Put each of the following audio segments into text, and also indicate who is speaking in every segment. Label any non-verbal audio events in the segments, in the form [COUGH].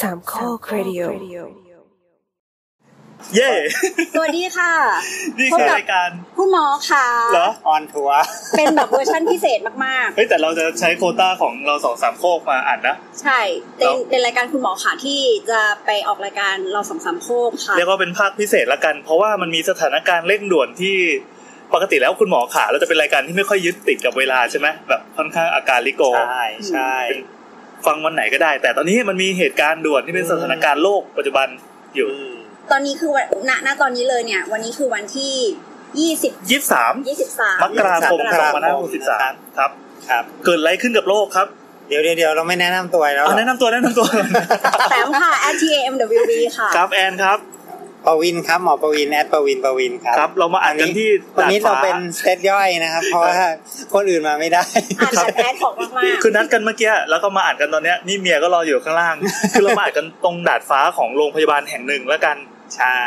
Speaker 1: สามข้อครดิโอ
Speaker 2: เย่
Speaker 3: สวัสดีค่ะ
Speaker 2: [LAUGHS] นี่คือรายการ
Speaker 3: คุณหมอค่ะ
Speaker 2: เหรอ
Speaker 4: ออนทัวร์
Speaker 3: เป็นแบบเวอร์ชั่นพิเศษมาก
Speaker 2: เฮ้ยแต่เราจะใช้โควต้าของเราสองสามโคกมาอัดนะ
Speaker 3: ๆ ใช่เป็นเป็นรายการคุณหมอค่ะที่จะไปออกรายการเราสองสามโคกค่ะ
Speaker 2: เรียกว่าเป็นภาคพิเศษละกัน เพราะว่ามันมีสถานการณ์เร่งด่วนที่ปกติแล้วคุณหมอขาเราจะเป็นรายการที่ไม่ค่อยยึดติดกับเวลาใช่ไหมแบบค่อนข้างอาการลิโก
Speaker 4: ใช่ใช่
Speaker 2: ฟังวันไหนก็ได้ แต่ตอนนี้มันมีเหตุการณ์ด่วนที่เป็นสถานการณ์โลกปัจจุบันอยู่
Speaker 4: อืม
Speaker 3: ตอนนี้คือวันณณตอนนี้เลยเนี่ย วันนี้คือวันที่ยี่สิบ
Speaker 2: ยี่สาม
Speaker 3: ยี่สิบสาม
Speaker 2: มกราคมสองพันห้าร้อยหกสิบสามครับ
Speaker 4: ครับ
Speaker 2: เกิดอะไรขึ้นกับโลกครับ
Speaker 4: เดี๋ยวเดี๋ยวเดี๋ยวเราไม่แนะนำตัวแล้ว
Speaker 2: เอาแนะนำตัวแนะนำตัว [LAUGHS]
Speaker 3: แต้มค่ะ at t a m w b ค่ะ
Speaker 2: ครับแอนครับ
Speaker 4: ปวินครับหมอปวินแอดปวินปวินครับ
Speaker 2: ครับเรามาอัดกันที่
Speaker 4: วันนี้
Speaker 2: ด
Speaker 4: เรา
Speaker 2: ฟ้
Speaker 4: เป็นเซตย่อยนะครับ เพราะว่าคนอื่นมาไม่ได้
Speaker 3: อ่านจากแอดของมาก
Speaker 2: คือนัดกันเมื่อกี้แล้วก็มาอัดกันตอนเนี้ยนี่เมียก็รออยู่ข้างล่าง คือเรามาอัดกันตรงดาดฟ้าของโรงพยาบาลแห่งหนึ่งแล้วกัน
Speaker 4: ใช่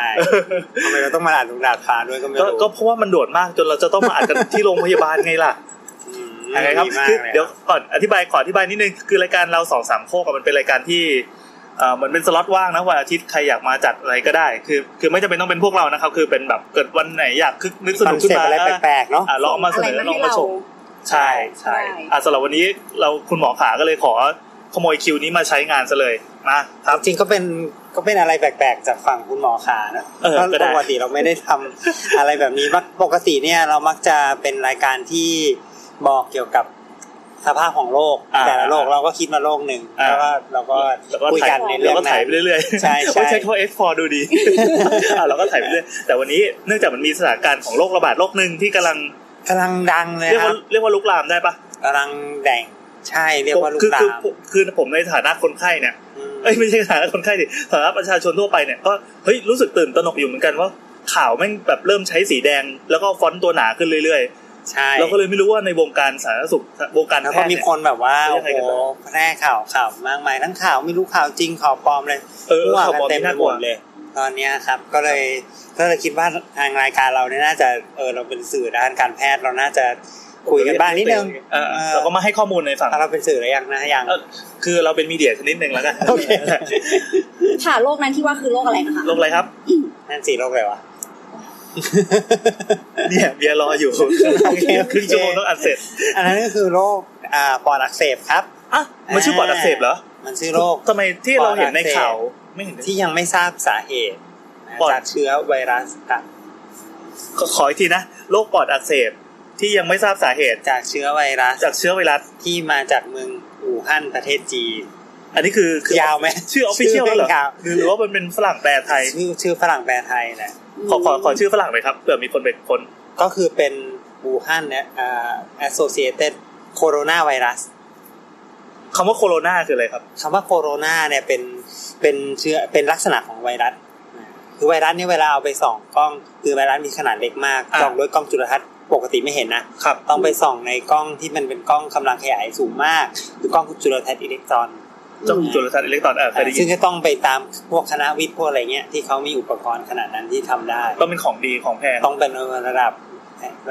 Speaker 4: ทำไมเราต้องมาอ่านลูกดาดฟ้าด้วยก็ไม่
Speaker 2: ก็
Speaker 4: รู้
Speaker 2: ก็เพราะว่ามันด่วนมากจนเราจะต้องมาอัดกันที่โรงพยาบาลไง
Speaker 4: [LAUGHS]
Speaker 2: ล่ะ
Speaker 4: อืม
Speaker 2: ยังไงครับ
Speaker 4: มาก
Speaker 2: คือ
Speaker 4: ล
Speaker 2: เดี๋ยวก่อนอธิบายขออธิบายนิดนึงคือรายการเราสองสามโคกอะมันเป็นรายการที่เอ่อเหมือนเป็นสล็อตว่างนะวันอาทิตย์ใครอยากมาจัดอะไรก็ได้คือคือไม่จำเป็นต้องเป็นพวกเรานะครับคือเป็นแบบเกิดวันไหนอยากคึกนึกส
Speaker 4: ค
Speaker 2: นุ
Speaker 4: อก น
Speaker 2: ขึ้น
Speaker 4: เซ็ป
Speaker 2: มา
Speaker 4: ต์อะไรแปลกๆเนาะ
Speaker 2: อ่ะลองมา
Speaker 3: ๆ
Speaker 2: เส
Speaker 3: อะไร
Speaker 2: นอ
Speaker 3: มา
Speaker 2: ลอ
Speaker 3: ให้
Speaker 2: งมา
Speaker 3: เรา
Speaker 2: ชม ใช่ใช่
Speaker 3: ได้
Speaker 2: อ่ะสำหรับวันนี้เราคุณหมอขาก็เลยขอขโมยคิวนี้มาใช้งานซะเลยมาครับ
Speaker 4: จริงก็เป็นก็เป็นอะไรแปลกๆ จากฝั่งคุณหมอขานะ
Speaker 2: เออ
Speaker 4: เพราะ
Speaker 2: ก็ได้
Speaker 4: ปกติเราไม่ได้ทำ [LAUGHS] อะไรแบบนี้มักปกติเนี่ยเรามักจะเป็นรายการที่บอกเกี่ยวกับสภาพของโลก
Speaker 2: อ่า
Speaker 4: แต่ละโลกเราก็คิดมาโลกหนึ่ง
Speaker 2: อ่า
Speaker 4: แล้วก็เราก็
Speaker 2: แล้วก็
Speaker 4: คุย
Speaker 2: ถ่า
Speaker 4: กั
Speaker 2: ย
Speaker 4: นใน
Speaker 2: แล้
Speaker 4: เรื่อ
Speaker 2: ว
Speaker 4: ง
Speaker 2: ก็
Speaker 4: นั้
Speaker 2: ถ่าย
Speaker 4: น
Speaker 2: ไปเรื่อยๆ
Speaker 4: ใช่ใช่
Speaker 2: โอ้ยใช้คำว่า F4 ดูดี [LAUGHS] อ่ะเราก็ถ่ายไปเรื่อยแต่วันนี้เนื่องจากมันมีสถานการณ์ของโรคระบาดโรคหนึ่งที่กำลัง
Speaker 4: กำลังดังเลย
Speaker 2: เรียก
Speaker 4: ครั
Speaker 2: ว่า
Speaker 4: บ
Speaker 2: เรียกว่าลุกลามได้ปะ
Speaker 4: กำลังแดงใช่เรียกว่าลูก
Speaker 2: คือ
Speaker 4: ลา
Speaker 2: คือ
Speaker 4: ม
Speaker 2: คือผมในฐานะคนไข้เนี่ย
Speaker 4: ม
Speaker 2: เอ้ยไม่ใช่ฐานะคนไข้ดิฐานะประชาชนทั่วไปเนี่ยก็เฮ้ยรู้สึกตื่นตระหนกอยู่เหมือนกันว่าข่าวแม่งแบบเริ่มใช้สีแดง แล้วก็ฟอนต์ตัวหนาขึ้นเรื่อย
Speaker 4: ใช่
Speaker 2: ๆเราก็เลยไม่รู้ว่าในวงการสาธารณสุขวงการ
Speaker 4: แล้ว
Speaker 2: แพ
Speaker 4: ก็
Speaker 2: ทย์
Speaker 4: มี
Speaker 2: เนี่ย
Speaker 4: คนแบบว่า
Speaker 2: เรียก
Speaker 4: โอ้
Speaker 2: ใคร
Speaker 4: โห
Speaker 2: กันบ้าง
Speaker 4: แพร่ข่าวข่าวมากมายทั้งข่าวไม่รู้ข่าวจริงข่าวปลอมเลย
Speaker 2: เออ
Speaker 4: มั่ว
Speaker 2: ข่าว
Speaker 4: กั
Speaker 2: ปลอม
Speaker 4: นเต็ม
Speaker 2: ที่
Speaker 4: ไป
Speaker 2: น่าก
Speaker 4: ห
Speaker 2: ลัว
Speaker 4: มดเลย ตอนเนี้ยครับก็เลยก็เลยคิดว่าทางรายการเราเนี่ยน่าจะเออเราเป็นสื่อด้านการแพทย์เราน่าจะคุยกันบ้างนิดนึง
Speaker 2: เออเราก็มาให้ข้อมูลในฝั่ง
Speaker 4: เออเราเป็นสื่อหรือยังนะยัง
Speaker 2: เออ คือเราเป็นมีเดียชนิดหนึ่งแล้วกัน
Speaker 4: โอเค
Speaker 3: ค่ะโรคนั้นที่ว่าคือโรคอะไรนะคะ
Speaker 2: ลงอะไรครับ
Speaker 4: นั่นสี่โรคเลยวะ
Speaker 2: เนี่ยเบียร์รออยู่ค
Speaker 4: เคโอเค
Speaker 2: รึ่งชั่วโมงต้องอัดเสร็จ
Speaker 4: อันนั้นก็คือโรคอ่าปอดอักเสบครับ
Speaker 2: อ่ะมันชื่อปอดอักเสบเหรอ
Speaker 4: มันชื่อโรค
Speaker 2: ทำไมที่เราเห็นในข่าว
Speaker 4: ปอดอักเส
Speaker 2: ไม่เห็นที่
Speaker 4: ที่ยังไม่ทราบสาเหตุนะ
Speaker 2: ปอด
Speaker 4: จากเชื้อไวรัสตับ
Speaker 2: ขอขออีกทีนะโรคปอดอักเสบที่ยังไม่ทราบสาเหตุ
Speaker 4: จากเชื้อไวรัส
Speaker 2: จากเชื้อไวรัส
Speaker 4: ที่มาจากเมืองอู่ฮั่นประเทศจีน
Speaker 2: อันนี้คือคือย
Speaker 4: าวไหม
Speaker 2: ชื่อออฟฟิเชียล
Speaker 4: ชื่อ
Speaker 2: เหรอ
Speaker 4: เป็นข่าว
Speaker 2: หรือหรือว่ามันเป็นฝรั่งแปลไทย
Speaker 4: ชื่อชื่อฝรั่งแปลไทยนะ
Speaker 2: ขอขอขอชื่อฝรั่งหน่อยครับเผื่อมีคนเป็นคน
Speaker 4: ก็คือเป็นอูฮั่นเนี่ยอ่า associated corona virus
Speaker 2: คำว่าโคโรนาคืออะไรครับ
Speaker 4: คำว่าโคโรนาเนี่ยเป็นเป็นเชื้อเป็นลักษณะของไวรัสนะคือไวรัสเนี่ยเวลาเอาไปส่องกล้องคือไวรัสมีขนาดเล็กมาก
Speaker 2: อ่า
Speaker 4: ส่องด้วยกล้องจุลทรรศน์ปกติไม่เห็นนะ
Speaker 2: ครับ
Speaker 4: ต้องไปส่องในกล้องที่มันเป็นกล้องกำลังขยายสูงมากหรือกล้องจุลทรรศน์อิเล็กตรอน
Speaker 2: เจ้าจุลทรรศน์อิเล็กตรอนเออเคยได้ยิ
Speaker 4: ซึ่ง
Speaker 2: น
Speaker 4: ก็ต้องไปตามพวกคณะวิทย์พวกอะไรเงี้ยที่เขามีอุปกรณ์ขนาดนั้นที่ทำได้
Speaker 2: ต้องเป็นของดีของแพง
Speaker 4: ต้องเป็นระดับ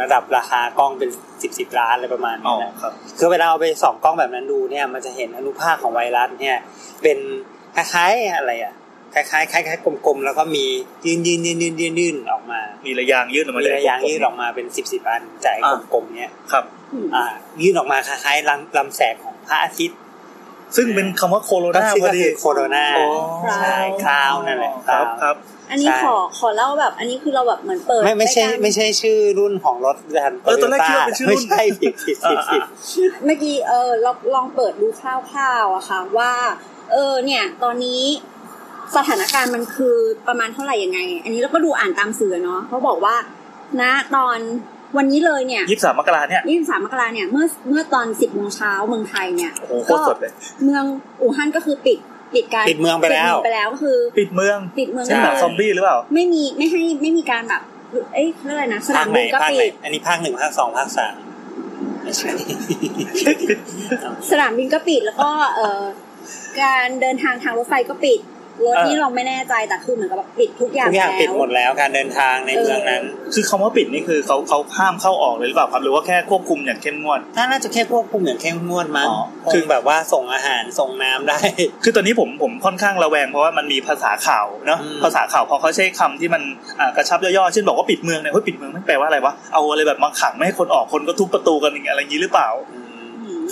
Speaker 4: ระดับราคากล้องเป็นสิบสิบล้านอะไรประมาณ
Speaker 2: อ๋อ
Speaker 4: นี้นะ
Speaker 2: ครับ
Speaker 4: คือเวลาเอาไปส่องกล้องแบบนั้นดูเนี่ยมันจะเห็นอนุภาคของไวรัสเนี่ย เป็นคล้ายๆอะไรอ่ะคล้ายๆคล้ายๆกลมๆแล้วก็มียืนยืนยืนยืนยืนยืนออกมา
Speaker 2: มีระยางยื่นออกมา
Speaker 4: มี
Speaker 2: เล
Speaker 4: ระยางยืนออกมาเป็นสิบสิบอันจากไอ้กลมๆเนี่ย
Speaker 2: ครับ
Speaker 4: อ่ายืนออกมาคล้ายๆลำลำแสงของพระอาทิตย์
Speaker 2: ซึ่งเป็นคำว่าโคโร
Speaker 4: ก็
Speaker 2: นา
Speaker 4: ชื่อ
Speaker 2: พอ
Speaker 4: ก็
Speaker 2: ดี
Speaker 4: คือโคโรนา
Speaker 2: อ๋อ
Speaker 4: ใช่คราวนั่นแหละ
Speaker 2: ครับครับ
Speaker 3: อันนี้ขอขอเล่าแบบ อันนี้คือเราแบบเหมือนเปิด
Speaker 4: ไม่ไม่ใช่
Speaker 3: รายการ
Speaker 4: ไม่ใช่ชื่อรุ่นของรถดัน
Speaker 2: เออตอนแรกคิดว่าเป็นชื่อรุ่น
Speaker 4: ไม่ใช่ผิดผิดผิดผิด
Speaker 2: อ่า
Speaker 3: เมื่อกี้เออเราลองเปิดดูคร่าวๆอะค่ะ ว่า เออเนี่ย ตอนนี้สถานการณ์มันคือประมาณเท่าไหร่ยังไง อันนี้เราก็ดูอ่านตามสื่อเนาะเขาบอกว่า ณตอนวันนี้เลยเนี่ย
Speaker 2: ยี่สิบสามมกราเนี่ย
Speaker 3: ยี่สิบสามมกราเนี่ยเมื่อเมื่อตอนสิบโมงเช้าเมืองไทยเนี่ย
Speaker 2: โอ้โหโคตรสดเลย
Speaker 3: เมืองอู่ฮั่นก็คือปิดปิดการ
Speaker 4: ปิดเมืองไปแล้ว
Speaker 3: ปิดเมืองไปแล้วก็คือ
Speaker 2: ปิดเมือง
Speaker 3: ปิดเมือง
Speaker 2: ใช่ห
Speaker 3: เล
Speaker 2: นัง
Speaker 3: ย
Speaker 2: ซอมบี้หรือเปล่า
Speaker 3: ไม่มีไม่ให้ไม่มีการแบบ เอ้ยเขาเรียกอะไรนะสนา
Speaker 4: ภาม คไหน
Speaker 3: บินก็
Speaker 4: ภาค
Speaker 3: ปิ
Speaker 4: ไหน
Speaker 3: ด
Speaker 4: อันนี้ภาคหนึ่งภาคสองภาคสามไม่ใช่
Speaker 3: สนามบินก็ปิดแล้วก็เอ่อการเดินทางทางรถไฟก็ปิด รถ
Speaker 2: เออ
Speaker 3: นี่เราไม่แน่ใจแต่คือเหมือนกับแบบปิดทุกอย่าง
Speaker 4: [LAUGHS] ทุกอย่าง
Speaker 3: แล้ว
Speaker 4: ปิดหมดแล้วการเดินทางในเมืองนั้น
Speaker 2: คือคำว่าปิดนี่คือเขาเขาห้ามเข้าออกเลยหรือเปล่าครับหรือว่าแค่ควบคุมอย่างเข้มงวด
Speaker 4: น่าน่าจะแค่ควบคุมอย่างเข้มงวดมั้ง
Speaker 2: อ๋อ
Speaker 4: คือแบบว่าส่งอาหารส่งน้ำได้
Speaker 2: คือตอนนี้ผมผมค่อนข้างระแวงเพราะว่ามันมีภาษาข่าวเนาะ
Speaker 4: อืม
Speaker 2: ภาษาข่าวพอเขาใช้คำที่มันอ่ากระชับย่อๆเช่นบอกว่าปิดเมืองเนี่ยเฮ้ยปิดเมืองไม่แปลว่าอะไรวะเอาอะไรแบบมาขังไม่ให้คนออกคนก็ทุบประตูกันอย่างอะไรอย่างนี้หรือเปล่า
Speaker 3: ม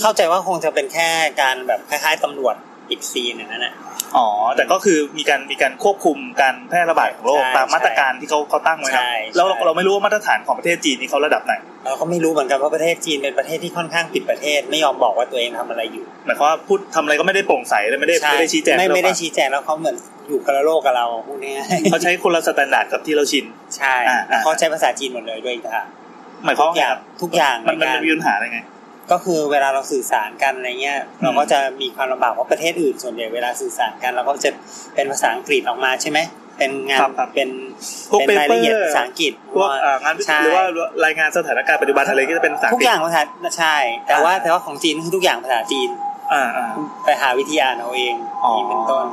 Speaker 4: เข้าใจว่าคงจะเป็นแค่การแบบคล้ายๆตำรวจอีกซีนหนึ่งนั่นแหละ
Speaker 2: อ๋อ แต่ก็คือมีการมีการควบคุมการแพร่ระบาดของโรค
Speaker 4: ใช่
Speaker 2: ตามมาตรการที่เขาเขาตั้งไว้นะ
Speaker 4: ใช่
Speaker 2: แล้วเรา
Speaker 4: ใช่
Speaker 2: เราไม่รู้ว่ามาตรฐานของประเทศจีนนี่เขาระดับไหน
Speaker 4: เราก็ไม่รู้เหมือนกันว่าประเทศจีนเป็นประเทศที่ค่อนข้างปิดประเทศไม่ยอมบอกว่าตัวเองทำอะไรอยู่
Speaker 2: หมายความว่าพูดทำอะไรก็ไม่ได้โปร่งใสเลยไม่ได้
Speaker 4: ใช่
Speaker 2: ไม่ได้ชี้แจง
Speaker 4: ไม่ไม่ได้
Speaker 2: เราอะ
Speaker 4: ชี้แจงแล้วเขาเหมือนอยู่คนละโลกกับเราพวกนี้
Speaker 2: เขาใช้คนละสแตนดาร์ดกับที่เราชิน
Speaker 4: ใช่
Speaker 2: อ่าอ่า
Speaker 4: เขาใช้ภาษาจีนหมดเลยด้วยอีกค่ะ
Speaker 2: หมายความ
Speaker 4: ทุ
Speaker 2: ว่าก
Speaker 4: อย่างทุกอย่าง
Speaker 2: มันมัน
Speaker 4: ใการ
Speaker 2: มันมีปัญหาอะไรไง
Speaker 4: ก็คือเวลาเราสื่อสารกันอะไรเงี้ยเราก็จะมีความลำบากเพราะประเทศอื่นส่วนใหญ่เวลาสื่อสารกันเราก็จะเป็นภาษาอังกฤษออกมาใช่ไหมเป็นงาน
Speaker 2: ครับครับ
Speaker 4: เป็น
Speaker 2: พวก
Speaker 4: เป็นรายละเอียด
Speaker 2: paper
Speaker 4: ภาษาอังกฤษ
Speaker 2: พวกเอ่องานวิ
Speaker 4: ใช่
Speaker 2: หรือว่ารายงานสถานการณ์ปัจจุบันอะไรก็จะเป็นภาษา
Speaker 4: ทุก
Speaker 2: กฤษ
Speaker 4: อย่างภาษาใช่ แต่ว่า
Speaker 2: อ่า
Speaker 4: แต่ว่าของจีนคือทุกอย่างภาษาจีน
Speaker 2: อ่าอ่า
Speaker 4: ไปหาวิทยาเอาเอง
Speaker 2: อ๋อ
Speaker 4: นี่เป็นต้น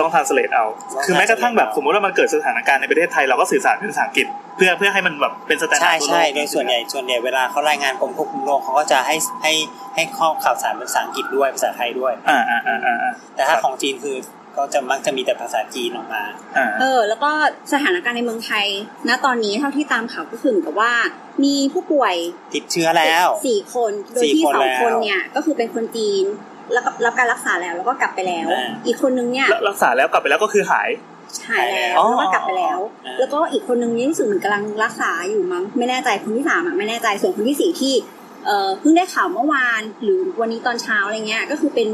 Speaker 2: ต้องทานสเลตเอา
Speaker 4: ต้อง
Speaker 2: คือแม้กระทั่ง
Speaker 4: translate
Speaker 2: แบบ
Speaker 4: เอา
Speaker 2: สมมติว่ามันเกิดสถานการณ์ในประเทศไทยเราก็สื่อสารเป็นภาษาอังกฤษ เพื่อเพื่อให้มันแบบเป็นสแตนดา
Speaker 4: ใช่
Speaker 2: ร์ดทั่วโลก
Speaker 4: ใช่โดยส่วนใหญ่ส่วนใหญ่เวลาเขารายงานกรมควบคุมโรคเขาก็จะให้ให้ให้ข้อข่าวสารเป็นภาษาอังกฤษด้วยภาษาไทยด้วย
Speaker 2: อ่าอ่าอ่าอ่าอ่า
Speaker 4: แต่ถ้าของจีนคือก็จะมักจะมีแต่ภาษาจีนออกมา
Speaker 2: อ่า
Speaker 3: เออแล้วก็สถานการณ์ในเมืองไทย ณตอนนี้เท่าที่ตามข่าวก็คือเหมือนกับว่า มีผู้ป่วย
Speaker 4: ติดเชื้อแล้ว
Speaker 3: สี่คน โดย
Speaker 4: สี่
Speaker 3: ที่
Speaker 4: คน
Speaker 3: สองคน
Speaker 4: แล้ว
Speaker 3: เนี่ยก็คือเป็นคนจีนแล้วก็รับการรักษาแล้วแล้วก็กลับไปแล้ว
Speaker 4: อ่า
Speaker 3: อีกคนนึงเนี่ย
Speaker 2: แล้วรักษาแล้วกลับไปแล้วก็คือหาย
Speaker 3: หายแล้ว
Speaker 2: อ๋อ
Speaker 3: แล้วก็กลับไปแล้ว
Speaker 4: อ่า
Speaker 3: แล้วก็อีกคนนึงนี่รู้สึกเหมือนกำลังรักษาอยู่มั้งไม่แน่ใจคนที่สามอะไม่แน่ใจส่วนคนที่สี่ที่เออเพิ่งได้ข่าวเมื่อวาน หรือวันนี้ตอนเช้าอะไรเงี้ยก็คือเป็น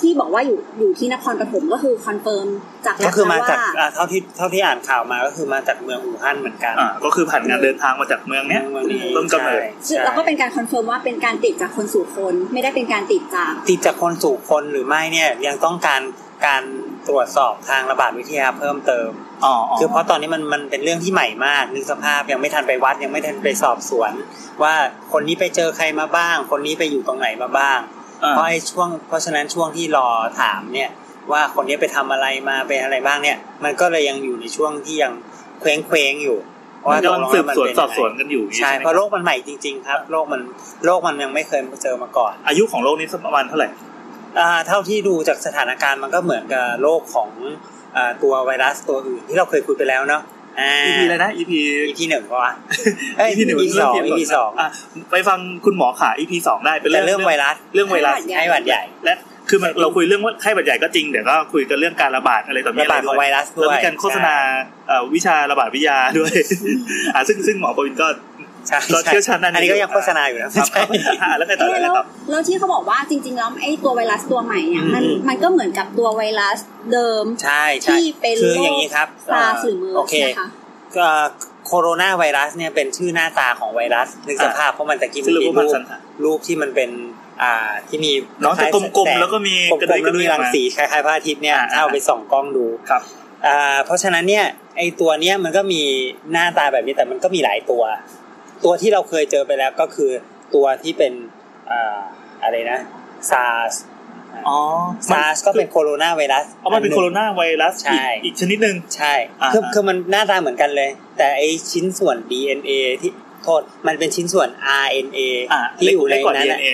Speaker 3: ที่บอกว่าอยู่อยู่ที่นครปฐมก็คือคอนเฟิร์มจาก
Speaker 4: ก็คือมาจาก
Speaker 3: แล้วว่
Speaker 4: อ่าเท่าที่เท่าที่อ่านข่าวมาก็คือมาจากเมืองอู่ฮั่นเหมือนกัน
Speaker 2: อ่า ก็คือผ่านการเดินทางมาจากเมืองเนี้ย
Speaker 4: เมืองนี้
Speaker 2: ต้นกำเนิด
Speaker 3: ซึ่ง
Speaker 4: ใช่
Speaker 3: แล้วก็เป็นการคอนเฟิร์มว่าเป็นการติดจากคนสู่คนไม่ได้เป็นการติดจาก
Speaker 4: ติดจากคนสู่คนหรือไม่เนี่ยยังต้องการการตรวจสอบทางระบาดวิทยาเพิ่มเติม
Speaker 2: อ๋อ
Speaker 4: คือเพราะตอนนี้มันมันเป็นเรื่องที่ใหม่มากนึกสภาพยังไม่ทันไปวัดยังไม่ทันไปสอบสวน ว่าคนนี้ไปเจอใครมาบ้าง คนนี้ไปอยู่ตรงไหนมาบ้าง เพราะไอ้ช่วงเพราะฉะนั้นช่วงที่รอถามเนี่ยว่าคนนี้ไปทำอะไรมาไปอะไรบ้างเนี่ย มันก็เลยยังอยู่ในช่วงที่ยังเคว้งเคว้งๆอยู่เพราะ
Speaker 2: ว่า
Speaker 4: ว่าต
Speaker 2: กำลังสืบสวน
Speaker 4: ตกลงแล้มัเป็
Speaker 2: สอบสวนกันอยู่
Speaker 4: ใช่
Speaker 2: ไหม
Speaker 4: เพราะโรคมันใหม่จริง ๆ ครับโรคมันโรคมันยังไม่เคยเจอมาก่อน
Speaker 2: อายุของโรคนี้สักประมาณเท่าไหร่
Speaker 4: อ่าเท่าที่ดูจากสถานการณ์มันก็เหมือนกับโรคของอ่าตัวไวรัสตัวอื่นที่เราเคยคุยไปแล้วเนาะอ่า
Speaker 2: EP อะไรนะ EP
Speaker 4: EP หนึ่งเพ
Speaker 2: [LAUGHS]
Speaker 4: ราะว่า EP หนึ่ง EP สอง EP สอง
Speaker 2: ะไปฟังคุณหมอขา EP สองได้เป็น
Speaker 4: แต่
Speaker 2: เรื่อง
Speaker 4: เรื่องไวรัส
Speaker 2: เรื่องไวรัส
Speaker 3: ใช่
Speaker 4: ไข้หวัดใหญ่
Speaker 2: และคือมันเราคุยเรื่องว่าไข้หวัดใหญ่ก็จริงเดี๋ยวก็คุยกันเรื่องการระบาดอะไรต่อมี
Speaker 4: ระ
Speaker 2: อะไร
Speaker 4: บาดข
Speaker 2: ด้
Speaker 4: อง
Speaker 2: ว
Speaker 4: ไวย รัสด้
Speaker 2: แล้ว
Speaker 4: วย
Speaker 2: มีการโฆษณาเอ่อวิชาระบาดวิทยาด้วยอ่ะซึ่งซึ่งหมอประวินก็
Speaker 4: ใช่
Speaker 2: เรา
Speaker 4: ใช่
Speaker 2: เชี่ยวชาญด้านนี้
Speaker 4: อันนี้ก็ยังโฆษณาอยู่นะ
Speaker 2: อ่ะแล้วไงต่อ
Speaker 3: เอ๊ะ
Speaker 2: แล้
Speaker 3: แล้ว ว
Speaker 2: ครับ
Speaker 3: แล้วที่เขาบอกว่าจริงๆแล้วไอ้ตัวไวรัสตัวใหม่เนี่ยมัน
Speaker 4: อืม
Speaker 3: มันก็เหมือนกับตัวไวรัสเดิม
Speaker 4: ใช่ใช่
Speaker 3: ที่เป็น
Speaker 4: คือ
Speaker 3: โรค
Speaker 4: อย่างนี้ครับ
Speaker 3: ซาร์สหรือเมอ
Speaker 4: โอ
Speaker 3: ร์ส
Speaker 4: เค
Speaker 3: นะคะ
Speaker 4: ก็โคโรนาไวรัสเนี่ยเป็นชื่อหน้าตาของไวรัสนึกสภาพเพราะมันตะกี้
Speaker 2: ซึ่
Speaker 4: มั
Speaker 2: ง
Speaker 4: น
Speaker 2: เรา
Speaker 4: มี
Speaker 2: ก็
Speaker 4: รู
Speaker 2: มา
Speaker 4: ป
Speaker 2: สันหา
Speaker 4: รูปที่มันเป็นอ่าที่มี
Speaker 2: น้องจะกลมๆแล้วก็มี
Speaker 4: กลม
Speaker 2: กระดุยก
Speaker 4: ๆแล้
Speaker 2: ระ
Speaker 4: ว
Speaker 2: ดุย
Speaker 4: มีรังสีคล้ายๆพระอาทิตย์เนี่ย
Speaker 2: อ่าอ่า
Speaker 4: ถ้าเอาไปส่องกล้องดู
Speaker 2: ครับ
Speaker 4: อ่าเพราะฉะนั้นเนี่ยไอตัวเนี้ยมันก็มีหน้าตาแบบนี้แต่มันก็มีหลายตัว ตัวที่เราเคยเจอไปแล้วก็คือตัวที่เป็นอ่าอะไรนะซาร์ส
Speaker 2: อ๋อ
Speaker 4: ซาร์สก็เป็นโคโรนาไวรัส
Speaker 2: อ๋อมันเป็นโคโรนาไวรัส
Speaker 4: ใช่
Speaker 2: อีกอีกชนิดหนึ่ง
Speaker 4: ใช่
Speaker 2: อ่า
Speaker 4: คือ
Speaker 2: ฮะ
Speaker 4: คือมันหน้าตาเหมือนกันเลย แต่ไอชิ้นส่วน DNA ที่โทษ มันเป็นชิ้นส่วน RNA
Speaker 2: อ่ะ
Speaker 4: ที่อยู่ใน
Speaker 2: เล็กกว่า
Speaker 4: นั้นอะ
Speaker 2: DNA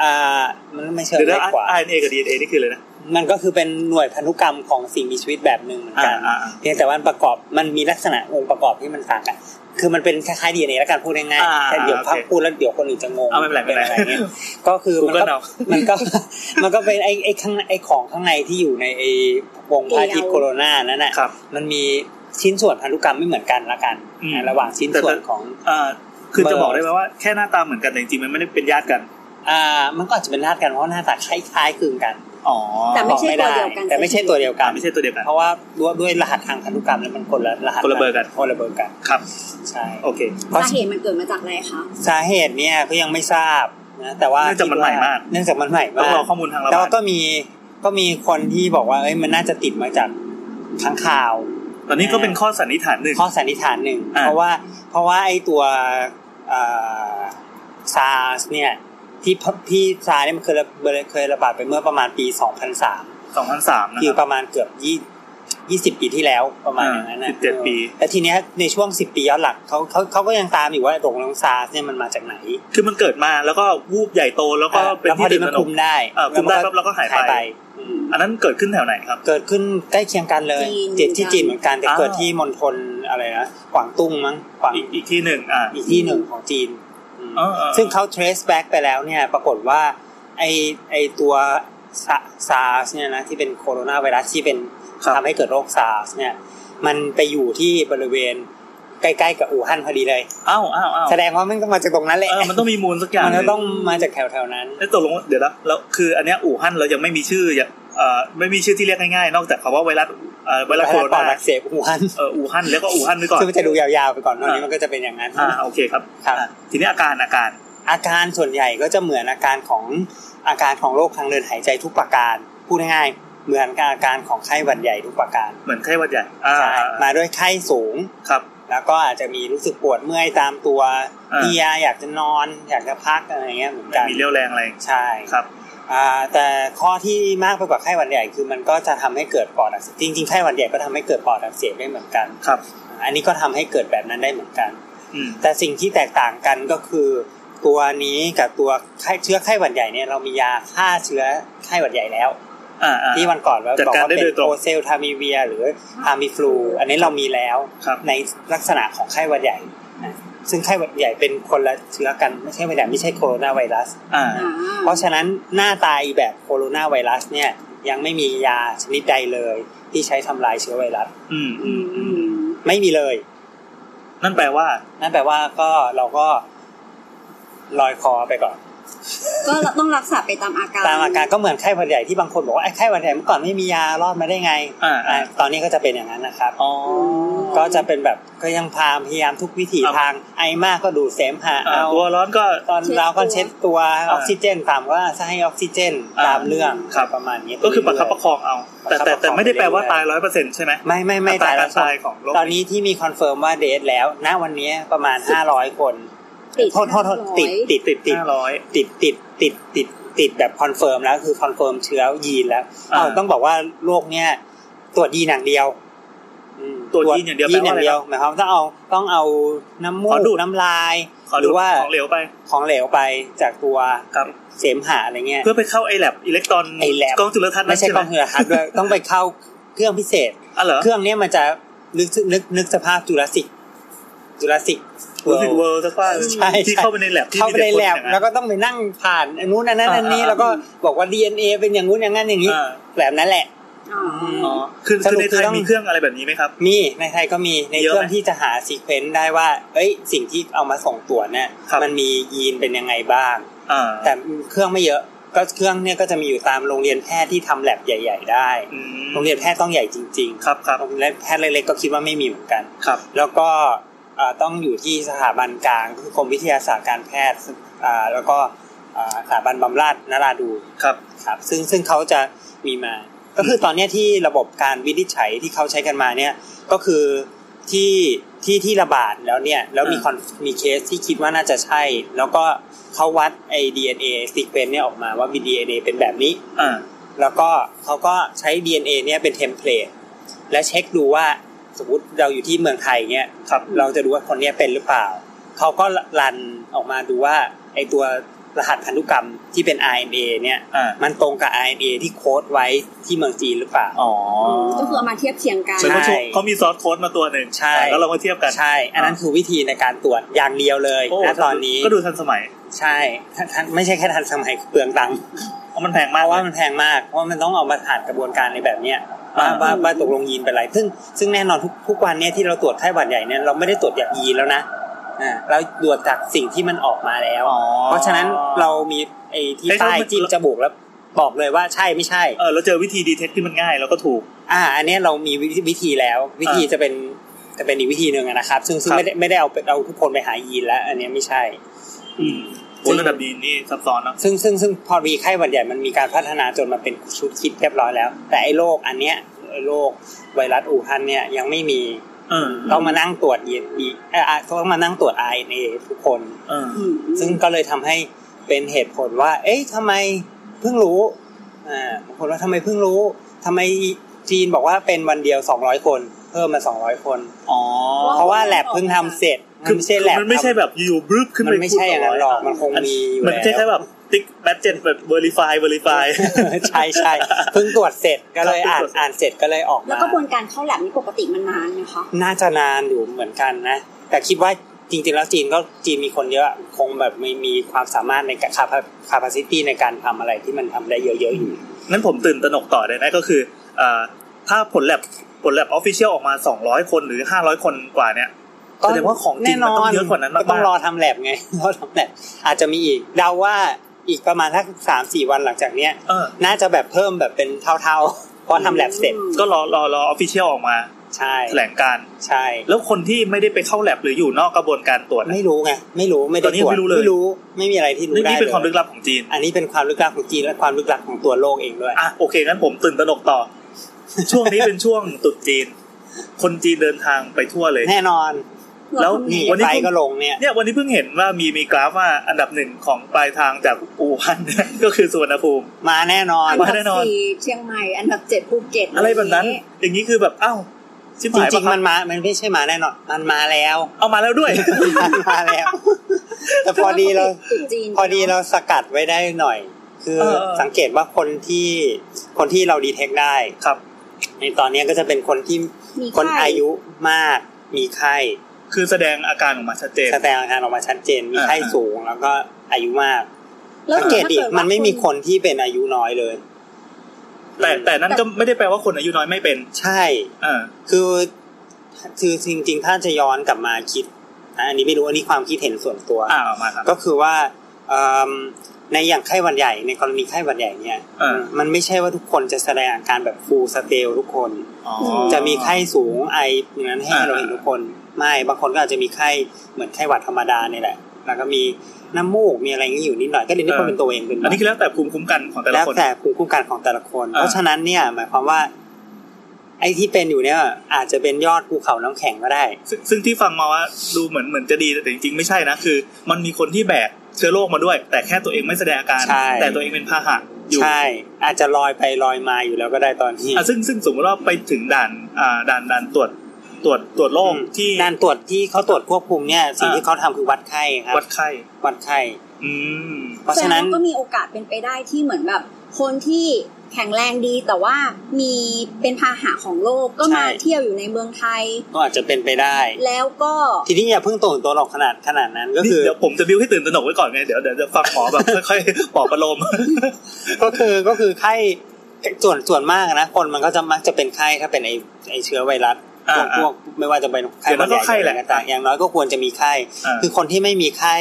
Speaker 4: อ่า มันไม่เชิง
Speaker 2: เดี๋ยว
Speaker 4: เล็
Speaker 2: แล้ว
Speaker 4: กกว่า
Speaker 2: RNA กับ DNA นี่คืออะไรนะ
Speaker 4: มันก็คือเป็นหน่วยพันธุกรรมของสิ่งมีชีวิตแบบหนึ่งเหมือนกัน
Speaker 2: อ่าอ่า
Speaker 4: เพียงแต่ว่ามันประกอบ มันมีลักษณะองค์ประกอบที่มันต่างกัน คือมันเป็นคล้ายๆ DNA แล้วกันพูดง่าย
Speaker 2: อ่า
Speaker 4: ๆแต่เดี๋ยว
Speaker 2: โอเค
Speaker 4: พักพูดแล้วเดี๋ยวคนอื่นจะงง
Speaker 2: เอาไม่เป็นไรไม่เป็นไร
Speaker 4: อะเงี้ยก็คือมัน
Speaker 2: Google
Speaker 4: ก็
Speaker 2: เอา
Speaker 4: มันก็ [LAUGHS] มันก็เป็นไอ้ไอ้ข้างไอ้ของข้างในที่อยู่ในไอ้วงพระอาทิตย์โคโรนานั่นแหละ
Speaker 2: ครับ
Speaker 4: มันมีชิ้นส่วนพันธุกรรมไม่เหมือนกันละกัน
Speaker 2: อืม
Speaker 4: นะระหว่างชิ้นส่วน
Speaker 2: แต่
Speaker 4: ของ
Speaker 2: อ่าคือจะ
Speaker 4: เบอร์
Speaker 2: บอกได้ไหมว่าแค่หน้าตาเหมือนกันแต่จริงๆมันไม่ได้เป็นญาติกัน
Speaker 4: อ่ามันก็อาจจะเป็นญาติกันเพราะหน้าตาคล้ายๆคลึงกัน
Speaker 2: อ๋อ
Speaker 3: แต่ไม่ใช่
Speaker 4: บอก
Speaker 3: ตัวเดียวกัน
Speaker 4: แต่ไม่ใช่ตัวเดียวกั
Speaker 2: อ่าน ไม่ใช่ตัวเดียวกัน
Speaker 4: เพราะว่าด้วยด้วยรหัสทางพันธุกรรมแล้วมันคนละรหัส
Speaker 2: คนละเบอร์กัน
Speaker 4: คนละเบอร์กัน
Speaker 2: ครับ
Speaker 4: ใช่
Speaker 2: โอเค
Speaker 4: เพราะ
Speaker 3: สาเหตุมันเกิดมาจากอะไรคะ
Speaker 4: สาเหตุเนี่ยก็ยังไม่ทราบนะแต่ว่า
Speaker 2: เนื่องจากมันใหม่มาก
Speaker 4: เนื่องจากมันใหม่
Speaker 2: ต้อ
Speaker 4: มาง
Speaker 2: รอก ข้อมูลทางระ
Speaker 4: แต่
Speaker 2: บา
Speaker 4: ว่า
Speaker 2: ด
Speaker 4: ก็มีก็มีคนที่บอกว่าเอ้ยมันน่าจะติดมาจากข้างข่าว
Speaker 2: ตอนนี้ก็เป็นข้อสันนิษฐานหนึ่ง
Speaker 4: ข้อสันนิษฐานหนึ่ง
Speaker 2: อ่า
Speaker 4: เพราะว่าเพราะว่าไอ้ตัวซาร์สเนี่ยที่พที่ซาร์เนี่ยมันเคยระเคยระบาดไปเมื่อประมาณปี 2003
Speaker 2: สองพันสามนะ
Speaker 4: คือ
Speaker 2: ค
Speaker 4: ป
Speaker 2: รับ
Speaker 4: ระมาณเกือบยี่ยี่สิบปีที่แล้วประมาณอย่างนั้นนะ
Speaker 2: อ่า17ปี
Speaker 4: แต่ทีเนี้ยในช่วงสิบปีย้อนหลังเขาเขาเขาก็ยังตามอยู่ว่าตกลงซาร์สเนี่ยมันมาจากไหน
Speaker 2: คือมันเกิดมาแล้วก็วูบใหญ่โตแล้วก็เป็น
Speaker 4: แล้วพ
Speaker 2: ที่
Speaker 4: อดี
Speaker 2: ตื่น
Speaker 4: มั
Speaker 2: ตระห
Speaker 4: น
Speaker 2: น
Speaker 4: คุ
Speaker 2: ก
Speaker 4: มได้
Speaker 2: เออคุมได้ปั๊บแล้วก็หายไป
Speaker 4: อืม
Speaker 2: อันนั้นเกิดขึ้นแถวไหนครับ
Speaker 4: เกิดขึ้นใกล้เคียงกันเลย
Speaker 3: จี
Speaker 4: เจ็
Speaker 3: น
Speaker 4: ดที่จีนเหมือนกันแต่
Speaker 2: อ้าว
Speaker 4: เกิดที่มณฑลอะไรนะขวางตุ้งมั้งขวาง
Speaker 2: อีกอีกที่หนึ่งอ่า
Speaker 4: อีกที่หนึ่งของจีนอืม
Speaker 2: เออเออ
Speaker 4: ซึ่งเขา trace back ไปแล้วเนี่ย ปรากฏว่าไอไอตัวซาร์สเนี่ยนะที่เป็นโคโรนาไวรัสที่เป็น
Speaker 2: ครับ
Speaker 4: ทำให้เกิดโรคซาร์สเนี่ย มันไปอยู่ที่บริเวณใกล้ๆกับอู่ฮั่นพอดีเลย
Speaker 2: อ้าวอ้าวอ้าว
Speaker 4: แสดงว่ามันก็มาจากตรงนั้นแหละ
Speaker 2: เออมันต้องมีมูลสักอย่าง
Speaker 4: มัน
Speaker 2: ห
Speaker 4: ก็
Speaker 2: นึ่ง
Speaker 4: ต้องมาจากแถวๆนั้น
Speaker 2: แล้วตกลงเดี๋ยวนะแล้วคืออันเนี้ยอู่ฮั่นเรายังไม่มีชื่ออย่าเอ่อไม่มีชื่อที่เรียกง่ายๆ นอกจากคำว่าไวรัสเอ่อไวรัสโคโร
Speaker 4: ปอด
Speaker 2: นา
Speaker 4: อักเสบอู่ฮั่น
Speaker 2: เอ่ออู่ฮั่นแล้วก็อู่ฮั่นไว้ก่อน
Speaker 4: ซึ่งมันจะดูยาวๆไปก่อนตอน
Speaker 2: อ่า
Speaker 4: นี้
Speaker 2: มั
Speaker 4: มันก็จะเป็นอย่างนั้น
Speaker 2: อ่าโอเคครับ
Speaker 4: ครับ
Speaker 2: อ่าทีนี้อาการอาการ
Speaker 4: อาการส่วนใหญ่ก็จะเหมือนอาการของอาการของโรคทางเดินหายใจทุกประการ พูดง่ายๆเหมือนกับอาการของไข้หวัดใหญ่ทุกประการ
Speaker 2: เหมือนไข้หวัดใหญ่อ่า
Speaker 4: ใช่มาด้วยไข้สูง
Speaker 2: ครับ
Speaker 4: แล้วก็อาจจะมีรู้สึกปวดเมื่อยตามตัว
Speaker 2: อ่า
Speaker 4: เพลียอยากจะนอนอยากจะพักอะไรเงี้ยเหมือน
Speaker 2: ไม่
Speaker 4: กัน
Speaker 2: มีเรี่ยวแรงอะไร
Speaker 4: ใช่
Speaker 2: ครับ
Speaker 4: อ่าแต่ข้อที่มากไปกว่าไข้หวัดใหญ่คือมันก็จะทำให้เกิดปอดอักเสบจริงๆไข้หวัดใหญ่ก็ทำให้เกิดปอดอักเสบได้เหมือนกัน
Speaker 2: ครับ
Speaker 4: อันนี้ก็ทำให้เกิดแบบนั้นได้เหมือนกัน
Speaker 2: อืม
Speaker 4: แต่สิ่งที่แตกต่างกันก็คือ ตัวนี้กับตัวไข้เชื้อไข้หวัดใหญ่เนี่ยเรามียาฆ่าเชื้อไข้หวัดใหญ่แล้ว
Speaker 2: อ่าอ่า
Speaker 4: ที่วันก่อนเรา
Speaker 2: จัด
Speaker 4: บอก
Speaker 2: การ
Speaker 4: ว่า
Speaker 2: ได้
Speaker 4: เป็
Speaker 2: โด
Speaker 4: น
Speaker 2: ยตรง
Speaker 4: โอเซลทามิเวียหรือทามิฟลูอันนี้เรามีแล้ว
Speaker 2: ครับ
Speaker 4: ในลักษณะของไข้หวัดใหญ่นะซึ่งไข้หวัดใหญ่เป็นคนละเชื้อกันไม่ใช่ไวรัสไม่ใช่โคโรนาไวรัส
Speaker 2: อ่า
Speaker 3: อ่า
Speaker 4: เพราะฉะนั้นหน้าตายแบบโคโรนาไวรัสเนี่ยยังไม่มียาชนิดใดเลย ที่ใช้ทำลายเชื้อไวรัส
Speaker 2: อืมอืมอืม
Speaker 4: ไม่มีเลย
Speaker 2: นั่นแปลว่า
Speaker 4: นั่นแปลว่าก็เราก็ลอยคอไปก่อน
Speaker 3: ก็ต้องรักษาไปตามอาการ
Speaker 4: ตามอาการก็เหมือนไข้หวัดใหญ่ที่บางคนบอกว่าไอ้ไข้หวัดใหญ่เมื่อก่อนไม่มียารอดมาได้ไง
Speaker 2: อ่าอ่า
Speaker 4: อ่าตอนนี้ก็จะเป็นอย่างนั้นนะครับ
Speaker 2: อ๋อ
Speaker 4: ก็จะเป็นแบบก็ยังพามพยายามทุกวิถี
Speaker 2: ครับ
Speaker 4: ทางไอมากก็ดูดเสมหะ
Speaker 2: อ่า
Speaker 4: เอา
Speaker 2: ตัวร้อนก็
Speaker 4: ตอนเราก็เช็ดตัวออกซิเจนตามว่าจะให้ออกซิเจน
Speaker 2: อ่า
Speaker 4: ตามเรื่อง
Speaker 2: ครับ
Speaker 4: ประมาณนี้
Speaker 2: ก็คือประคับประคองเอา แต่แต่แต่ไม่ได้แปลว่าตายร้อยเปอร์เซ็นต์ใช่ไหม
Speaker 4: ไม่ไม่ไม่
Speaker 2: อัตรา
Speaker 4: ตาย
Speaker 2: การ
Speaker 4: แล้ว
Speaker 2: ตายของโรค
Speaker 4: ตอนนี้ที่มีคอนเฟิร์มว่าเดทแล้ว ณวันนี้ประมาณ 500 คน
Speaker 3: ติด
Speaker 4: โทษโทษโทษติด
Speaker 3: ห้าร้อย
Speaker 4: ติดติด
Speaker 2: ห้าร้อย
Speaker 4: ติดติดติดติดติดติดแบบคอนเฟิร์มแล้วคือคอนเฟิร์มเชื้อยีนแล้ว
Speaker 2: อ่า
Speaker 4: เอาต้องบอกว่าโรคเนี้ยตรวจยีนอย่างเดียวอืม
Speaker 2: ตรวจยีนอย่างเดียว
Speaker 4: ตรจนอย่างเดียวหมายความว่าต้องเอาต้องเอาน้ำมู
Speaker 2: ขอดู
Speaker 4: ก
Speaker 2: ด
Speaker 4: น้ำลาย
Speaker 2: ขอ
Speaker 4: ห
Speaker 2: ดู
Speaker 4: รือว่า
Speaker 2: ของเหลวไป
Speaker 4: ของเหลวไปจากตัว
Speaker 2: ครับ
Speaker 4: เสมหะอะไรเงี้ย
Speaker 2: เพื่อไปเข้าไอแลบอิเล็กตรอน
Speaker 4: ไอ้ lab
Speaker 2: กล้องจุลทรรศน์นั่
Speaker 4: ไม่
Speaker 2: น
Speaker 4: ใช่
Speaker 2: ใช่ไห
Speaker 4: ก
Speaker 2: ม
Speaker 4: ล้องเหลือฮัด
Speaker 2: [LAUGHS]
Speaker 4: ด้วยต้องไปเข้าเครื่องพิเศษ
Speaker 2: อ๋อเหรอ
Speaker 4: เครื่องเนี้ยมันจะนึกนึกนึกสภาพจุลศิกจุลศิก
Speaker 2: รู้สึกเวิร์สักว่า
Speaker 4: ใช่ใช่
Speaker 2: ที่เข้าไปในแลบที่
Speaker 4: เข้าไปใน
Speaker 2: มีต่
Speaker 4: แลบ
Speaker 2: คนอย่างนั้น
Speaker 4: แล้วก็ต้องไปนั่งผ่านอันนู้นอันนั้นอันนี้
Speaker 2: อ่า
Speaker 4: แล้วก็บอกว่า DNA เป็นอย่างงู้นอย่างนั้นอย่างนี้
Speaker 2: อ่า
Speaker 4: แบบนั้นแหละ
Speaker 3: อ๋อ
Speaker 2: อ๋อคือ
Speaker 4: ส
Speaker 2: คือ
Speaker 4: รุป
Speaker 2: ในไท
Speaker 4: คื
Speaker 2: ย
Speaker 4: อต้อง
Speaker 2: มีเครื่องอะไรแบบนี้ไหมครับ
Speaker 4: มีในไทยก็มีใน
Speaker 2: เยอะไห
Speaker 4: เค
Speaker 2: ม
Speaker 4: รื่องที่จะหาซีเควนต์ได้ว่าเอ้ยสิ่งที่เอามาส่งตรวจเนี่ย
Speaker 2: ครับ
Speaker 4: มันมียีนเป็นยังไงบ้าง
Speaker 2: อ่า
Speaker 4: แต่เครื่องไม่เยอะก็เครื่องเนี่ยก็จะมีอยู่ตามโรงเรียนแพทย์ที่ทำแลบใหญ่ ๆ ได้
Speaker 2: อืม
Speaker 4: โรงเรียนแพทย์ต้องใหญ่จริงๆ
Speaker 2: ครับครับ
Speaker 4: โรงเรียนแพทย์เล็กๆก็คิดว่าไม่มีเหมือนกัน
Speaker 2: ครับ
Speaker 4: แล้วก็เอ่อต้องอยู่ที่สถาบันกลางคือกรมวิทยาศาสตร์การแพทย์ซึ่งอ่าแล้วก็อ่าสถาบันบำราศนราดูร
Speaker 2: ครับ
Speaker 4: ครับซึ่งซึ่งเขาจะมีมา ก็คือตอนเนี้ยที่ระบบการวินิจฉัยที่เขาใช้กันมาเนี่ยก็คือที่ที่ที่ระบาดแล้วเนี่ยแล้วมีคอนมีเคสที่คิดว่าน่าจะใช่ แล้วก็เขาวัดไอ้ DNA sequence เนี่ยออกมาว่า DNA เป็นแบบนี้
Speaker 2: อ่า
Speaker 4: แล้วก็เขาก็ใช้ DNA เนี่ยเป็นเทมเพลตและเช็คดูว่าสมมติเราอยู่ที่เมืองไทยเนี่ย
Speaker 2: ครับ
Speaker 4: เราจะดูว่าคนเนี้ยเป็นหรือเปล่า เขาก็รันออกมาดูว่าไอตัวรหัสพันธุกรรมที่เป็น RNA เนี่ย
Speaker 2: อ่า
Speaker 4: มันตรงกับ RNA ที่โค้ดไว้ที่เมืองจีนหรือเปล่า
Speaker 2: อ๋อ
Speaker 3: ก็คือเอามาเทียบเทียงกัน
Speaker 2: เหมือนเขาโชว์เขามีซอสโค้ดมาตัวหนึ่ง
Speaker 4: ใช่
Speaker 2: แล้วเรามาเทียบกัน
Speaker 4: ใช่ อันนั้นคือวิธีในการตรวจอย่างเดียวเลย
Speaker 2: โอ้
Speaker 4: นะตอนนี้
Speaker 2: ก็ดูทันสมัย
Speaker 4: ใช่ [LAUGHS] ท่านท่านไม่ใช่แค่ทันสมัยเปลืองตังค์
Speaker 2: เพราะมันแพง
Speaker 4: เพ
Speaker 2: มาก
Speaker 4: ราะว่ามันแพงมากเพราะมันต้องเอามาผ่านกระบวนการในแบบเนี้ยว่า
Speaker 2: อ่า
Speaker 4: ว่าว่าตกลงยีนเป็นอะไรซึ่งซึ่งแน่นอนทุกทุกวันเนี่ยที่เราตรวจไข้หวัดใหญ่เนี่ยเราไม่ได้ตรวจจากยีนแล้วนะอ่าเราตรวจจากสิ่งที่มันออกมาแล้ว
Speaker 2: อ๋อ
Speaker 4: เพราะฉะนั้นเรามีไอ้ที่
Speaker 2: ไอ้ที่
Speaker 4: ใต้
Speaker 2: มัน
Speaker 4: จิ้มจมูกแล้วบอกเลยว่าใช่ไม่ใช่
Speaker 2: เออเราเจอวิธีดีเทคที่มันง่ายแล้วก็ถูก
Speaker 4: อ่า อันเนี้ยเรามีวิธีวิธีแล้ว วิธี
Speaker 2: อ่า
Speaker 4: จะเป็นจะเป็นอีกวิธีหนึ่งอะนะครับ ซึ่งซึ่ง
Speaker 2: ครับ
Speaker 4: ไม่ได้ไม่ได้เอาไปเอาทุกคนไปหายีนแล้ว อันเนี้ยไม่ใช่
Speaker 2: อืมโอ้ระดับนี้นี่ซับซ้อนเนอะ
Speaker 4: ซึ่งซึ่งซึ่งพอมีไข้หวัดใหญ่มันมีการพัฒนาจนมาเป็นชุดคิดเรียบร้อยแล้ว แต่ไอ้โรคอันเนี้ยไอ้โรคไวรัสอู่ฮั่นเนี่ยยังไม่มี
Speaker 2: เออ
Speaker 4: ต้องมานั่งตรวจยีนดีเอ่ออ่ะต้องมานั่งตรวจ RNA ทุกคน
Speaker 2: เออ
Speaker 4: ซึ่งก็เลยทำให้เป็นเหตุผลว่า เอ๊ะทำไมเพิ่งรู้อ่าบางคนว่าทำไมเพิ่งรู้ ทำไมจีนบอกว่าเป็นวันเดียว 200 คน เพิ่มมา 200 คน
Speaker 2: อ๋อ
Speaker 4: เพราะว่าแลบเพิ่งทำเสร็จ
Speaker 2: คือ
Speaker 4: มันไม่ใช่แลบ
Speaker 2: มันไม่ใช่แบบอยู่ๆบรึบขึ้น
Speaker 4: มั
Speaker 2: ไป
Speaker 4: นไม่ใช่อย่างนั้นหรอกมันคงมีอยู่
Speaker 2: มัน
Speaker 4: แล้ว
Speaker 2: แค่แค่แบบติ๊กแบตเจ็ตแบบเวอร์ลิฟายเวอร์ลิ
Speaker 4: [LAUGHS]
Speaker 2: ฟาย
Speaker 4: ใช่ใช่เพิ่งตรวจเสร็จก็เลย
Speaker 2: ครับ
Speaker 4: อ่า
Speaker 2: เพิ่
Speaker 4: น
Speaker 2: งตรวจเสร็จ
Speaker 4: อ่านเสร็จก็เลยออก
Speaker 3: แล้
Speaker 4: มา
Speaker 3: วกระบวนการเข้าแลบนี้ปกติมันนานไหมคะ
Speaker 4: น่าจะนานอยู่เหมือนกันนะ แต่คิดว่าจริงๆแล้วจีนก็จีนมีคนเยอะคงแบบไม่มีความสามารถในการคาคาปาซิตี้ในการทำอะไรที่มันทำได้เยอะๆอยู่
Speaker 2: นั้นผมตื่นตระหนกต่อเลยนะก็คือเอ่อถ้าผลแลบผลแลบออฟฟิเชียลออกมา 200 คนหรือ 500 คนกว่าเนี่ย แสดงว่าของจริงมันต้องเยอะกว่านั้นมากๆ
Speaker 4: ก็ต้องรอทำแลบไง [LAUGHS] รอทำแลบอาจจะมีอีกเดาว่าอีกประมาณสักสามสี่วันหลังจากเนี้ย
Speaker 2: เออ
Speaker 4: น่าจะแบบเพิ่มแบบเป็นเท่าๆ เพราะทำแลบเสร็จ
Speaker 2: ก็รอรอรอออฟฟิเชียลออกมา
Speaker 4: ใช่
Speaker 2: แถลงการ
Speaker 4: ใช่
Speaker 2: แล้วคนที่ไม่ได้ไปเข้าแลบหรืออยู่นอกกระบวนการตรวจนะ
Speaker 4: ไม่รู้ไงไม่รู้ไม่
Speaker 2: ต
Speaker 4: ได้
Speaker 2: อนนี้
Speaker 4: ตรวจ
Speaker 2: ไม่รู้เลย
Speaker 4: ไม่รู้ไม่มีอะไรที่รู้
Speaker 2: นี่
Speaker 4: ได้
Speaker 2: นี่เป็นความ
Speaker 4: เลย
Speaker 2: ลึกลับของจีน
Speaker 4: อันนี้เป็นความลึกลับของจีนและความลึกลับของตัวโลกเองด้วย
Speaker 2: อ่ะโอเคงั้นผมตื่นตระหนกต่อ ช่วงนี้เป็นช่วงตรุษจีน คนจีนเดินทางไปทั่วเลย
Speaker 4: แน่นอน
Speaker 2: แล้ว
Speaker 4: นี่
Speaker 2: วันนี้
Speaker 4: ไป
Speaker 2: เพิ่ง
Speaker 4: ก็ลงเนี่ย
Speaker 2: เนี่ยวันนี้เพิ่งเห็นว่ามีมีกราฟว่าอันดับหนึ่งของปลายทางจากอู่ฮั่น [LAUGHS] ก็คือสุวรรณภูมิ
Speaker 4: มาแน่นอน
Speaker 2: มา
Speaker 3: อัน
Speaker 2: แน่น
Speaker 3: ดับ
Speaker 2: อน
Speaker 3: สี่เชียงใหม่ อันดับเจ็ดภูเก็ต
Speaker 2: อะไรแบบนั้น อย่างนี้คือแบบอ้าวชิบ
Speaker 4: จ
Speaker 2: หาย
Speaker 4: ริ
Speaker 2: ปะ
Speaker 4: ง
Speaker 2: ค
Speaker 4: ๆ
Speaker 2: รั
Speaker 4: มั
Speaker 2: บ
Speaker 4: นมา มันไม่ใช่มาแน่นอน มันมาแล้ว
Speaker 2: เอามาแล้ว
Speaker 4: [LAUGHS]
Speaker 2: ด้วย
Speaker 4: มันมาแล้ว แต่พอดีเรา
Speaker 3: ตรุษจีน
Speaker 4: พอดีเราสกัดไว้ได้หน่อย คือ
Speaker 2: เออเออ
Speaker 4: สังเกตว่าคนที่คนที่เราดีเทคได้
Speaker 2: ครับ
Speaker 4: ในตอนเนี้ยก็จะเป็นคนที่
Speaker 3: มี
Speaker 4: คน
Speaker 3: ไข้
Speaker 4: อายุมาก มีไข้
Speaker 2: คือแสดงอาการออกมาชัดเจน
Speaker 4: แสดงอาการออกมาชัดเจน มีไข้
Speaker 2: อ่า
Speaker 4: สูงแล้วก็อายุมาก
Speaker 3: แล้ว
Speaker 4: สังเกตดิ
Speaker 3: ถ้าว่า
Speaker 4: มันไม่มี
Speaker 3: ณ
Speaker 4: คนที่เป็นอายุน้อยเลย
Speaker 2: แต่แต่นั่นก็ไม่ได้แปลว่าคนอายุน้อยไม่เป็น
Speaker 4: ใช่
Speaker 2: อ่า
Speaker 4: คือคือจริงๆ ถ้าจะย้อนกลับมาคิดอ่ะอันนี้ไม่รู้อันนี้ความคิดเห็นส่วนตัว
Speaker 2: อ่าเอามาครับ
Speaker 4: ก็คือว่าเอิ่มในอย่างไข้หวัดใหญ่ในกรณีไข้หวัดใหญ่เนี่ย
Speaker 2: อ่า
Speaker 4: มันไม่ใช่ว่าทุกคนจะแสดงอาการแบบฟูลสเตลทุกคน
Speaker 2: อ๋อ
Speaker 4: จะมีไข้สูงไออย่างนั้นให้
Speaker 2: อ่า
Speaker 4: เราเห็นทุกคนไม่บางคนก็อาจจะมีไข้เหมือนไข้หวัดธรรมดาเนี่ยแหละ แล้วก็มีน้ำมูกมีอะไรอย่างนี้อยู่นิดหน่อยก็เลยนึกว่าเป็นตัวเองเป็นห
Speaker 2: อั
Speaker 4: วัน ด
Speaker 2: นี้คือแล้วแต่ภูมิคุ้มกันของแต่ละ
Speaker 4: แล้ว
Speaker 2: คน
Speaker 4: แต่ภูมิคุ้มกันของแต่ละคน
Speaker 2: อ่า
Speaker 4: เพราะฉะนั้นเนี่ยหมายความว่า ไอ้ที่เป็นอยู่เนี่ย อาจจะเป็นยอดภูเขาน้ำแข็งก็ได้
Speaker 2: ซึ่งซึ่งที่ฟังมาว่าดูเหมือนเหมือนจะดีแต่จริงๆไม่ใช่นะคือ มันมีคนที่แบกเชื้อโรคมาด้วย แต่แค่ตัวเองไม่แสดงอาการ
Speaker 4: ใช่
Speaker 2: แต่ตัวเองเป็นพาหะอยู่
Speaker 4: ใช่ อาจจะลอยไปลอยมาอยู่แล้วก็ได้ตอนที่
Speaker 2: อ่ะซึ่งซึ่งสมมติว่าไปถึงด่านอ่าด่านด่านตรวจตรวจตรวจโรคที่
Speaker 4: นานตรวจที่เขาตรวจควบคุมเนี่ย สิ่ง
Speaker 2: อ่า
Speaker 4: ที่เขาทำคือวัดไข้ครับ
Speaker 2: วัดไข้
Speaker 4: วัดไข้
Speaker 2: อืม
Speaker 4: เพราะฉะนั้น
Speaker 3: แสดงว่ก็มีโอกาสเป็นไปได้ที่เหมือนแบบ คนที่แข็งแรงดีแต่ว่ามีเป็นพาหะของโลกก็มาเที่ยวอยู่ในเมืองไทย
Speaker 4: ก็อาจจะเป็นไปได้
Speaker 3: แล้วก็
Speaker 4: ทีนี้อย่าเพิ่งตื่นตัวหรอกขนาดขนาดนั้นก็คือ
Speaker 2: เดี๋ยวผมจะบิวให้ตื่นตระหนกไว้ก่อนไง เดี๋ยวเดี๋ยวจะฟังหมอแบบ [LAUGHS] ค่อยๆปลอบประโล
Speaker 4: [LAUGHS]
Speaker 2: ม
Speaker 4: ก็คือก็คือไข้ส่วนส่วนมากนะคนมันก็จะมักจะเป็นไข้ถ้าเป็นไอไอเชื้อไวรัส
Speaker 2: อ่า
Speaker 4: พวกพวกไม่ว่าจะเป็นไข้
Speaker 2: เดี๋ยวมันก็ไข้แหละ
Speaker 4: วัดใญ่ต่างๆอย่างน้อยก็ควรจะมีไข้
Speaker 2: อ่า
Speaker 4: คือคนที่ไม่มีไข้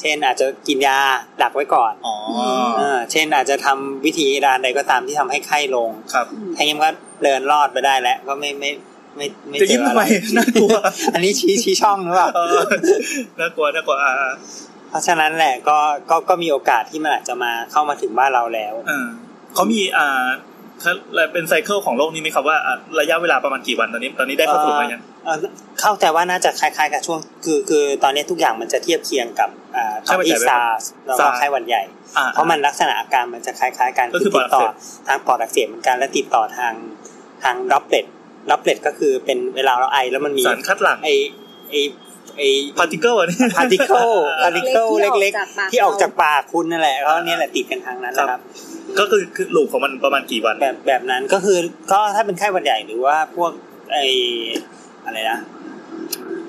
Speaker 4: เช่นอาจจะกินยาดักไว้ก่อน
Speaker 2: อ๋อ
Speaker 4: เออเช่นอาจจะทำวิธีการใดก็ตามที่ทำให้ไข้ลง
Speaker 2: ครับ
Speaker 3: อืม
Speaker 4: ทั้งนี้มันก็เดินรอดไปได้แล้ว ก็ไม่ไม่ไม่ไม่
Speaker 2: จะยิ้ม
Speaker 4: เอ
Speaker 2: ทำ
Speaker 4: อร
Speaker 2: ไม [LAUGHS] น่ากลัว
Speaker 4: อันนี้ชี้ชี้ช่องหรือเปล่า
Speaker 2: เออ [LAUGHS] น่ากลัวน่ากลัวอ่า
Speaker 4: เพราะฉะนั้นแหละก็ก็ก็มีโอกาสที่มันอาจจะมาเข้ามาถึงบ้านเราแล้ว
Speaker 2: อ่าเขามีอ่าเขาเป็นไซเคิลของโรคนี้ไหมครับว่าอ่ะระยะเวลาประมาณกี่วันตอนนี้ ตอนนี้ได้ข้อสรุปไหมยัง
Speaker 4: เอ่อเข้าใจว่าน่าจะคล้ายๆกับช่วงคือคือตอนนี้ทุกอย่างมันจะเทียบเคียงกับอ่าตอนที่
Speaker 2: ไข้หวัดใหญ่
Speaker 4: ซาร์สแล้วก็
Speaker 2: SARS
Speaker 4: ไข้หวัดใหญ่
Speaker 2: อ่า
Speaker 4: เพราะมันลักษณะอาการมันจะคล้ายๆกัน
Speaker 2: ก็คือ
Speaker 4: ติดต่อ
Speaker 2: ปอดอักเส
Speaker 4: ทางปอดอักเสบเหมือนกันและติดต่อทางทางดรอปเลตดรอปเลตก็คือเป็นเวลาเราไอแล้วมันมี
Speaker 2: สารคัดหลั่ง
Speaker 4: ไอไอไอ
Speaker 2: พาร์ติเคิลอันนี้
Speaker 4: พาร์ติเคิลพาร์ติเคิลเล็ก
Speaker 3: ป
Speaker 4: ๆ ที่ออกจากปากคุณนั่นแหละเพราะเนี่ยแหละติดกันทางนั้นนะค
Speaker 2: ครั
Speaker 4: รับ
Speaker 2: บ [LAUGHS] ก็คือคือหลูกของมันประมาณกี่วัน
Speaker 4: แบบแบบนั้นก็คือก็ถ้าเป็นไข้หวัดใหญ่หรือว่าพวกไออะไรนะ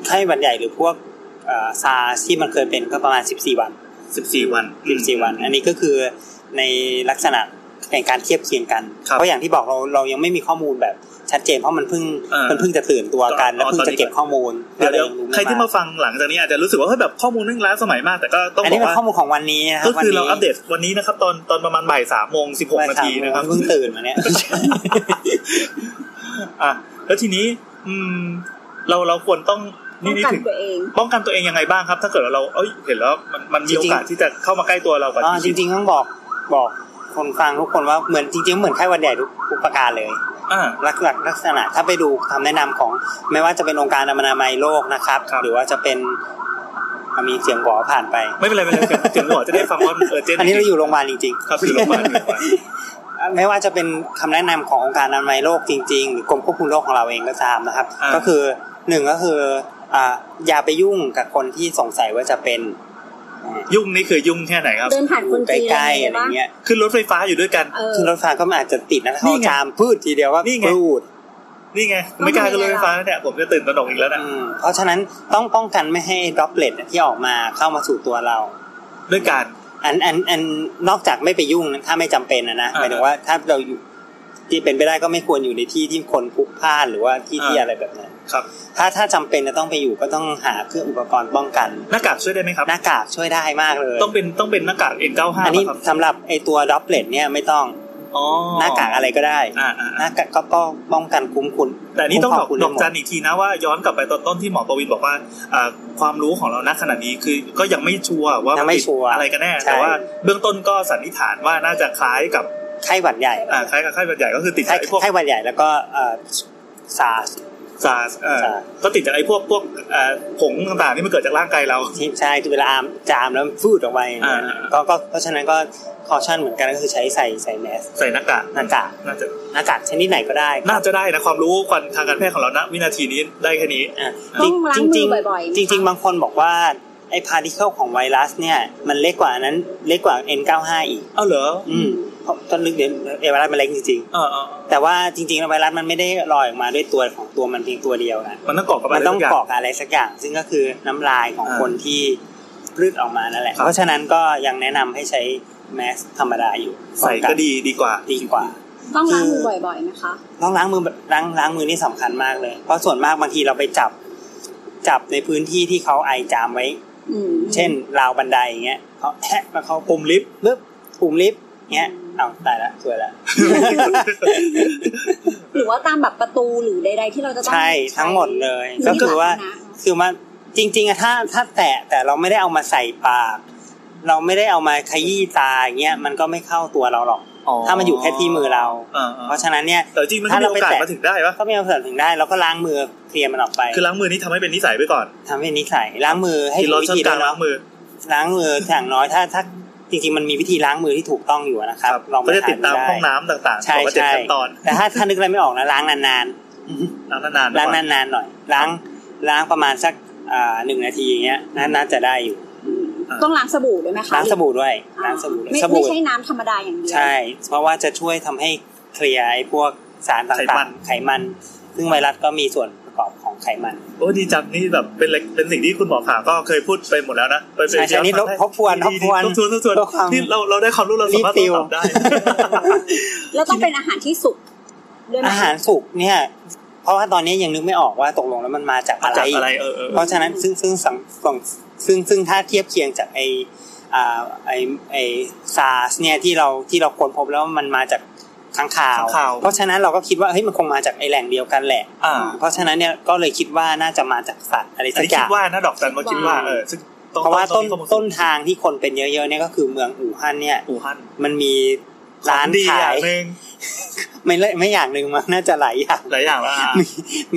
Speaker 4: ไข้หวัดใหญ่หรือพวกซาที่มันเคยเป็นก็ประมาณ 14 วัน
Speaker 2: 14 วัน
Speaker 4: 14 วัน อันนี้ก็คือในลักษณะในการเทียบเคียงกัน
Speaker 2: ครับ
Speaker 4: เพราะอย่างที่บอกเราเรายังไม่มีข้อมูลแบบชัดเจนเพราะมันเพิ่ง
Speaker 2: เออ
Speaker 4: มันเพิ่งจะตื่นตัวกัน
Speaker 2: ก็
Speaker 4: แล้วเพิ่ง
Speaker 2: ตอน
Speaker 4: จะ
Speaker 2: นี้
Speaker 4: เก็บข้อมูล
Speaker 2: เดี๋ยวเดี๋ยว
Speaker 4: ก็ลยัง
Speaker 2: ใครที่มาฟังหลังจากนี้อาจจะรู้สึกว่าเฮ้ยแบบข้อมูลนึ่งล้าสมัยมาก แต่ก็ต้อง
Speaker 4: อัน
Speaker 2: บ
Speaker 4: นี้
Speaker 2: อก
Speaker 4: เป็น
Speaker 2: ว่า
Speaker 4: ข้อมูลของวันนี้นะครั
Speaker 2: ก็
Speaker 4: บวัน
Speaker 2: คือ
Speaker 4: นี้
Speaker 2: เราอัปเดตวันนี้นะครับตอนตอนประมาณบ่ายสามโมงสิบหกนาทีนะครับ
Speaker 4: เพิ่งตื่นมาเนี่ย
Speaker 2: อ่ะแล้วทีนี้อืมเราเราควรต้อง
Speaker 3: ป้อ
Speaker 2: นี่
Speaker 3: ง
Speaker 2: นี่
Speaker 3: กัน
Speaker 2: ถึง
Speaker 3: ตัวเอง
Speaker 2: ป้องกันตัวเองยังไงบ้างครับ ถ้าเกิดว่าเราเอ้ยเห็นแล้วมันมันมี
Speaker 4: จริงๆ
Speaker 2: โอกาสที่จะเข้ามาใกล้ตัวเรากว่า
Speaker 4: อ๋อจ
Speaker 2: ที่คิด
Speaker 4: ริงๆต้องบอกบอกคนฟังทุกคนว่าเหมือนจริงๆเหมือนไข้หวัดใหญ่ทุกทุกประการเลย
Speaker 2: อ่า
Speaker 4: ลักษณะลักษณะถ้าไปดูคำแนะนำของ ไม่ว่าจะเป็นองค์การอนามัยโลกนะครับ
Speaker 2: ครับ
Speaker 4: หรือว่าจะเป็นอ่ะมีเสียงหวอผ่านไป
Speaker 2: ไม่เป็นไรไม่เป็นไรเดี๋ยวเดี๋ยวหมอจะได้ฟังว่าเออเจน
Speaker 4: อันนี้เราอยู่โรงพยาบาลจริง
Speaker 2: ครับอยู่โรงพยาบาลอยู่โรงพยาบาล
Speaker 4: ๆ [LAUGHS] ไม่ว่าจะเป็นคำแนะนำขององค์การอนามัยโลกจริงๆ หรือกรมควบคุมโรคของเราเองก็ตามนะครับ
Speaker 2: อ่า
Speaker 4: ก็คือหนึ่งก็คืออ่าอย่าไปยุ่งกับคนที่สงสัยว่าจะเป็น
Speaker 2: ยุ่งนี่คือยุ่งแค่ไหนครับ
Speaker 3: เดินผ่านคน
Speaker 4: ใ
Speaker 3: จีน
Speaker 4: กล้ๆอะไร
Speaker 3: ปะ
Speaker 4: เงี้ย
Speaker 2: ขึ้นรถไฟฟ้าอยู่ด้วยกัน
Speaker 3: เออ
Speaker 4: คือรถไฟฟ้าก็อาจจะติดนะถ้า
Speaker 2: นี่
Speaker 4: เขา
Speaker 2: ไง
Speaker 4: จามพืชทีเดียวว่า
Speaker 2: นี่ไง
Speaker 4: พืด
Speaker 2: นี่ไงไม่กล้าขึ้นรถไฟฟ้าแล้วเนี่ยผมจะตื่นตระหนกอีกแล้วนะ
Speaker 4: อืมเพราะฉะนั้นต้องป้องกันไม่ให้ดรอปเลตที่ออกมาเข้ามาสู่ตัวเรา
Speaker 2: ด้วยการ
Speaker 4: อันอันอันนอกจากไม่ไปยุ่งนะถ้าไม่จำเป็นนะนะ
Speaker 2: อ่า
Speaker 4: หมายถึงว่าถ้าเราอยู่ที่เป็นไปได้ก็ไม่ควรอยู่ในที่ที่คนพลุกพล่านหรือว่าที่
Speaker 2: อ่า
Speaker 4: ที่อะไรแบบนั้น
Speaker 2: ครับ
Speaker 4: ถ้าถ้าจำเป็นจะต้องไปอยู่ก็ต้องหาเครื่องอุปกรณ์ป้องกัน
Speaker 2: หน้ากากช่วยได้ไหมครับ
Speaker 4: หน้ากากช่วยได้มากเลย
Speaker 2: ต้องเป็นต้องเป็นหน้ากาก N95
Speaker 4: อันนี้
Speaker 2: ป่ะครับ
Speaker 4: สำหรับไอตัวดรอปเลตเนี่ยไม่ต้อง
Speaker 2: อ๋อ
Speaker 4: หน้ากากอะไรก็ได้
Speaker 2: อ่าอ่า
Speaker 4: ห
Speaker 2: อ่า
Speaker 4: น้ากากก็ป้องป้องกันคุ้มคุณ
Speaker 2: แต่อันนี่ต้องดอก
Speaker 4: คุ้ม
Speaker 2: ด
Speaker 4: คร
Speaker 2: อบ ก
Speaker 4: คุณ
Speaker 2: จันอีกทีนะว่าย้อนกลับไปตอนต้นที่หมอประวินบอกว่าอ่าความรู้ของเราณขณะนี้คือก็ยังไม่ชัวร์ว่า
Speaker 4: ยังไม่ชัวร์
Speaker 2: อะไรกันแน่
Speaker 4: ใช่
Speaker 2: แต่ว่าเบื้องต้นก็สันนิษฐานว่าน่าจะคล้ายกับ
Speaker 4: ไข้หวัดใหญ่
Speaker 2: อ่าคล้ายกับไข้หวัดใหญ่ก็คือติด
Speaker 4: ไข้
Speaker 2: จากไอ้พวก
Speaker 4: ไข้หวัดใหญ่แล้วก็เอ่อซาร์ส
Speaker 2: ซาร์สเออ
Speaker 4: ใช่
Speaker 2: ก็ติดจากไอ้พวกพวกเอ่อผงต่างๆที่มันเกิดจากร่างกายเรา
Speaker 4: ที่ใช่เวลาอามจามแล้วฟูดออกไป
Speaker 2: อ่า
Speaker 4: ก็ก็เพราะฉะนั้นก็คอชั่นเหมือนกันก็คือใช้ใส่ใส่แมส
Speaker 2: ใส่หน้ากาก
Speaker 4: หน้ากาก
Speaker 2: น่าจะ
Speaker 4: หน้ากากชนิดไหนก็ได้
Speaker 2: น่าจะได้นะความรู้ความทางการแพทย์ของเราณวินาทีนี้ได้แค่นี้
Speaker 4: อ่ะ
Speaker 3: ต้องล้างมือ
Speaker 4: จริง
Speaker 3: บ่อยๆไหม
Speaker 4: จริง
Speaker 3: คะ
Speaker 4: ๆ บางคนบอกว่าไอ้พาร์ติเคิลของไวรัสเนี่ยมันเล็กกว่าอันนั้นเล็กกว่า N95 อีก
Speaker 2: เอ้าเหรอ
Speaker 4: อืมเพราะต้นลึกเดี๋ยวไอ้ไวรัสมันเล็กจริง
Speaker 2: เออเออ
Speaker 4: ๆ แต่ว่าจริงๆแล้วไวรัสมันไม่ได้ลอยออกมาด้วยตัวของตัวมันเพียงตัวเดียวนะ
Speaker 2: มันต้องเกาะกับ
Speaker 4: มั
Speaker 2: อะไร
Speaker 4: นต้อง
Speaker 2: สักย่า
Speaker 4: เกาะกับอะไรสักอย่าง ซึ่งก็คือน้ำลายของ
Speaker 2: อ่า
Speaker 4: คนที่พืชออกมานั่นแหละ
Speaker 2: ครับ
Speaker 4: เพราะฉะนั้นก็ยังแนะนำให้ใช้แมสธรรมดาอยู่
Speaker 2: ใส่ก็ดีดีกว่า
Speaker 4: ดีกว่า
Speaker 3: ต้องล้างมือบ่อยๆนะคะ
Speaker 4: ต้องล้างมือล้างล้างมือนี่สำคัญมากเลย เพราะส่วนมากบางทีเราไปจับ จับในพื้นที่ที่เขาไอจามไว้
Speaker 3: อืม
Speaker 4: เช่นราวบันไดอย่างเงี้ยเขาแทะแล้วเขาปุ่มลิฟต์ปึ๊บปุ่มลิฟต์เงี้ยเอาตายละส
Speaker 2: [LAUGHS]
Speaker 4: วยละ
Speaker 3: หรือว่าตามแบบประตูหรือใด ๆ ที่เราจะต้อง
Speaker 4: ใช่ทั้งหมดเลย
Speaker 3: หรื
Speaker 4: ก็
Speaker 3: ที่
Speaker 4: คือว่า
Speaker 3: สธรณะ
Speaker 4: คือมันจริงๆอะถ้าถ้าแตะแต่เราไม่ได้เอามาใส่ปาก เราไม่ได้เอามาขยี้ตาอย่างเงี้ยมันก็ไม่เข้าตัวเราหรอก ถ้ามันอยู่แค่ที่มือเรา
Speaker 2: เออ
Speaker 4: เพราะฉะนั้นเนี่ย
Speaker 2: แต่จริงมันก็
Speaker 4: ถ้า
Speaker 2: มี
Speaker 4: เรา
Speaker 2: โอ
Speaker 4: ไป
Speaker 2: กาส
Speaker 4: แตะ
Speaker 2: มาถึงได้ปะ
Speaker 4: ก็ไม่เอาเสริมถึงได้เราก็ล้างมือเคลียร์มันออกไป
Speaker 2: คือล้างมือนี่ทำให้เป็นนิสัยไปก่อน
Speaker 4: ทำให้นิสัยล้างมือให้
Speaker 2: กิน
Speaker 4: ถู
Speaker 2: ร้อก นช้
Speaker 4: วิ
Speaker 2: อน
Speaker 4: ธี
Speaker 2: ก
Speaker 4: ด้
Speaker 2: ลาว ง
Speaker 4: ย
Speaker 2: ล้า
Speaker 4: เนาะ
Speaker 2: งมือ
Speaker 4: ล้างมืออย่างน้อยถ้าถ้าจริงๆมันมีวิธีล้างมือที่ถูกต้องอยู่นะครับ
Speaker 2: ครับ
Speaker 4: ลองไป
Speaker 2: ก็จะติดตาม
Speaker 4: ห
Speaker 2: ห้องน้ำต่างๆ
Speaker 4: ใช่
Speaker 2: บอกว่าเจ็ด
Speaker 4: ใช่
Speaker 2: ขั้นตอน
Speaker 4: แต่ถ้าถ้านึกอะไรไม่ออกนะล้างนาน
Speaker 2: ล้างนานๆ
Speaker 4: ๆล้าง
Speaker 2: ก่อน
Speaker 4: านๆหน่อย ล้างล้างประมาณสักอ่าหนึ่งนาทีอย่างเงี้ยน่าน่าจะได้อยู่
Speaker 3: ต้องล้างสบู่ด้วยไหมคะ
Speaker 4: ล้างสบู่ด้วยล้างสบู่ด้วย
Speaker 3: ไม่
Speaker 4: ส
Speaker 3: ไม่
Speaker 4: บู่
Speaker 3: ใช่น้ำธรรมดาอย่างเดียว
Speaker 4: ใช่ เพราะว่าจะช่วยทำให้เคลียร์ไอ้พวกสารต่างๆไขมัน ซึ่งไวรัสก็มีส่วนประกอบของไขมัน
Speaker 2: โอ้ดีจังนี่แบบเป็นอะไรเป็นสิ่งที่คุณหมอขาก็เคยพูดไปหมดแล้วนะไปไป
Speaker 4: ใช่ใช่นี่
Speaker 2: ย้อฟัง
Speaker 4: ทบทวนท
Speaker 2: ได้
Speaker 4: บ
Speaker 2: ดี
Speaker 4: ทวน
Speaker 2: ทบทวนทบทวน
Speaker 4: ทบทวน
Speaker 2: ที่เราเราได้ความรู้เราสามารถ
Speaker 4: รีบติ
Speaker 2: ตอบก
Speaker 4: ว
Speaker 2: ลับได้
Speaker 3: แล้วต้องเป็นอาหารที่สุกด้วยไหม
Speaker 4: อาหารสุกเนี่ยเพราะว่าตอนนี้ยังนึกไม่ออกว่าตกลงแล้วมันมาจากอะไร
Speaker 2: จากอะไรเออเออ
Speaker 4: เพราะฉะนั้นซึ่งซึ่งสังสงซึ่งซึ่งถ้าเทียบเคียงจากไออ่าไอไอซาร์สเนี่ยที่เราที่เราค้นพบแล้วว่ามันมาจากข้างข่าว
Speaker 2: ข่าว
Speaker 4: เพราะฉะนั้นเราก็คิดว่าเฮ้ยมันคงมาจากไอแหล่งเดียวกันแหละ
Speaker 2: อ่า
Speaker 4: เพราะฉะนั้นเนี่ยก็เลยคิดว่าน่าจะมาจากสัตว์อะไร
Speaker 2: อัน
Speaker 4: สัก
Speaker 2: นี้
Speaker 4: อ
Speaker 2: คิ
Speaker 4: ย่าง
Speaker 2: ดว่านะดอกจันว่าคิดว่าเออซึ่งอง
Speaker 4: เพราะว่า
Speaker 2: อ
Speaker 4: ต้
Speaker 2: ง
Speaker 4: น
Speaker 2: มีข้อมูล
Speaker 4: ต้นทางที่คนเป็นเยอะๆเนี่ยก็คือเมืองอู่ฮั่นเนี่ย
Speaker 2: อู่ฮั่น
Speaker 4: มันมีร้าน
Speaker 2: ของดี
Speaker 4: ขา
Speaker 2: อย่าง
Speaker 4: ย
Speaker 2: หนึ่ง
Speaker 4: ไม่เลยไม่อย่างหนึ่งมันน่าจะหลายอย่าง
Speaker 2: หลายอย่างละอ่ะ
Speaker 4: มี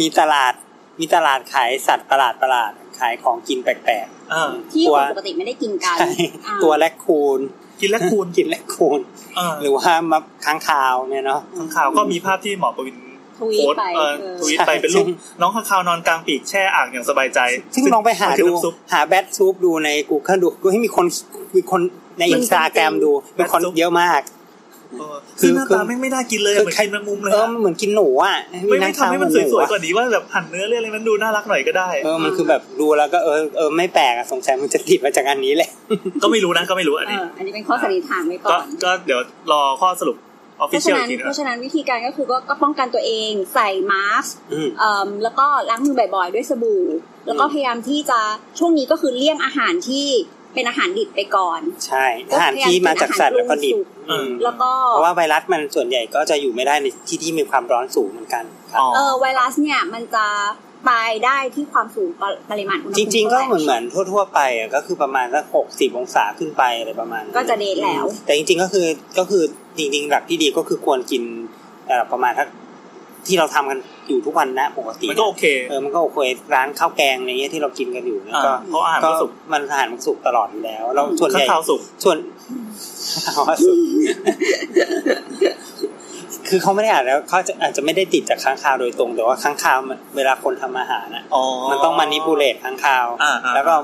Speaker 4: มีตลาดมีตลาดขายสัตว์ประหลาดประหลาดขายของกินแปลก
Speaker 2: เออ
Speaker 4: ๆ
Speaker 3: ที่
Speaker 4: ตัว
Speaker 3: ปกติไม่ได้กินกัน
Speaker 4: ใช่
Speaker 3: อ่า
Speaker 4: ตัวแลคคูน
Speaker 2: กินและคูณ
Speaker 4: กินแลคคูน
Speaker 2: เออ
Speaker 4: หรือว่ามาค้างคาวเนี่ยเนาะ
Speaker 2: ข้างข่าวก็มีภาพที่หมอประวิน
Speaker 3: ทวี
Speaker 2: โพส
Speaker 3: ต
Speaker 2: ต์
Speaker 3: ไป
Speaker 2: เอ่อ
Speaker 3: เออ
Speaker 2: ทวีตไป
Speaker 4: ใช่
Speaker 2: เป็นรูป
Speaker 4: ใช่
Speaker 2: น้องข้างข่าวนอนกลางปีกแช่อ่างอย่างสบายใจ
Speaker 4: ซึ่งลองไปหา
Speaker 2: มันคือ
Speaker 4: ดู
Speaker 2: น้ำซุป
Speaker 4: หาแบทซูปดูใน Google ดูก็ให้ยมีคนมีคนในอินสตาแกรมดูมีคน
Speaker 2: Bad Soup
Speaker 4: เยอะมาก
Speaker 2: เออ
Speaker 4: คือ
Speaker 2: ซึ่งหน้า
Speaker 4: คือ
Speaker 2: ตาไม่งไม่น่ากินเลยอะ
Speaker 4: คือ
Speaker 2: เหมือนกินแมงมุมเลย
Speaker 4: เออ
Speaker 2: อะ
Speaker 4: มันเหมือนกินหนูอ่ะ
Speaker 2: ไม่ไม่ทำให้มัน
Speaker 4: เอ
Speaker 2: สวย
Speaker 4: อะ
Speaker 2: ๆกว่านี้ว่าแบบหั่นเนื้อเรื่องอะไรมันดูน่ารักหน่อยก็ได้
Speaker 4: เออมันคือแบบดูแล้วก็เออเออไม่แปลกอะสงสัยมันจะติดมาจากอันนี้แหละ
Speaker 2: ก็ไม่รู้นะก็ไม่รู้อัน
Speaker 3: เอ
Speaker 2: นี้
Speaker 3: ออันนี้เป็นข้อสันนิษฐานไว้ก่
Speaker 2: ก็
Speaker 3: อน
Speaker 2: ก็เดี๋ยวรอข้อสรุปออฟ
Speaker 3: เพ
Speaker 2: ฟิ
Speaker 3: ราะ
Speaker 2: เชียล
Speaker 3: ฉะ
Speaker 2: อี
Speaker 3: นั้
Speaker 2: กที
Speaker 3: น
Speaker 2: นะ
Speaker 3: เพราะฉะนั้นวิธีการก็คือก็ก็ป้องกันตัวเองใส่มาสก์
Speaker 4: อืม
Speaker 3: เอ่อแล้วก็ล้างมือบ่อยๆ ด้วยสบู่ แล้วก็พยายามที่จะช่วงนี้ก็คือเลี่ยงอาหารที่เป็นอาหารดิบไปก่อน
Speaker 4: ใช่อาหารที่มาจากสัตว์แล้วก็ดิบ
Speaker 2: เออ
Speaker 3: แล้วก็
Speaker 4: เพราะว่าไวรัสมันส่วนใหญ่ก็จะอยู่ไม่ได้ในที่ที่มีความร้อนสูงเหมือนกันครับ
Speaker 2: อ๋อ
Speaker 3: เออไวรัสเนี่ยมันจะตายได้ที่ความสูงปริปริมาณอุณหภู
Speaker 4: จ
Speaker 3: มิ
Speaker 4: ริง ๆ ก็
Speaker 3: ท่าไห
Speaker 4: เหมือนเหมือนทั่ว ๆ ไปอ่ะก็คือประมาณสักหกสิบองศาขึ้นไปอะไรประมาณนั้น
Speaker 3: ก็จะเดทแล้ว
Speaker 4: แต่จริง ๆ ก็คือก็คือจริง ๆ หลักที่ดีก็คือควรกินเอ่อประมาณทักที่เราทำกันอยู่ทุกวันนะปกติ
Speaker 2: มันก็โอเค
Speaker 4: เออมันก็โอเคร้านข้าวแกงในเงี้ยที่เรากินกันอยู่เนี่ย
Speaker 2: อ่า
Speaker 4: ก็
Speaker 2: เพราะอาหาร
Speaker 4: ก็
Speaker 2: ก็สุก
Speaker 4: มันอาหารมันสุกตลอดอยู่แล้วเราส่วนให [LAUGHS]
Speaker 2: ข้าง
Speaker 4: ญ่
Speaker 2: ข่าวสุก
Speaker 4: ส่วน คือเขาไม่ได้อ่านแล้วเขาจะอาจจะไม่ได้ติดจากค้างคาวโดยตรงแต่ว่าค้างคาวมันเวลาคนทำอาหารน่ะ
Speaker 2: อ๋อ
Speaker 4: มันต้องมานิปูเลตค้างคาว
Speaker 2: อ่าๆ
Speaker 4: แล้วก็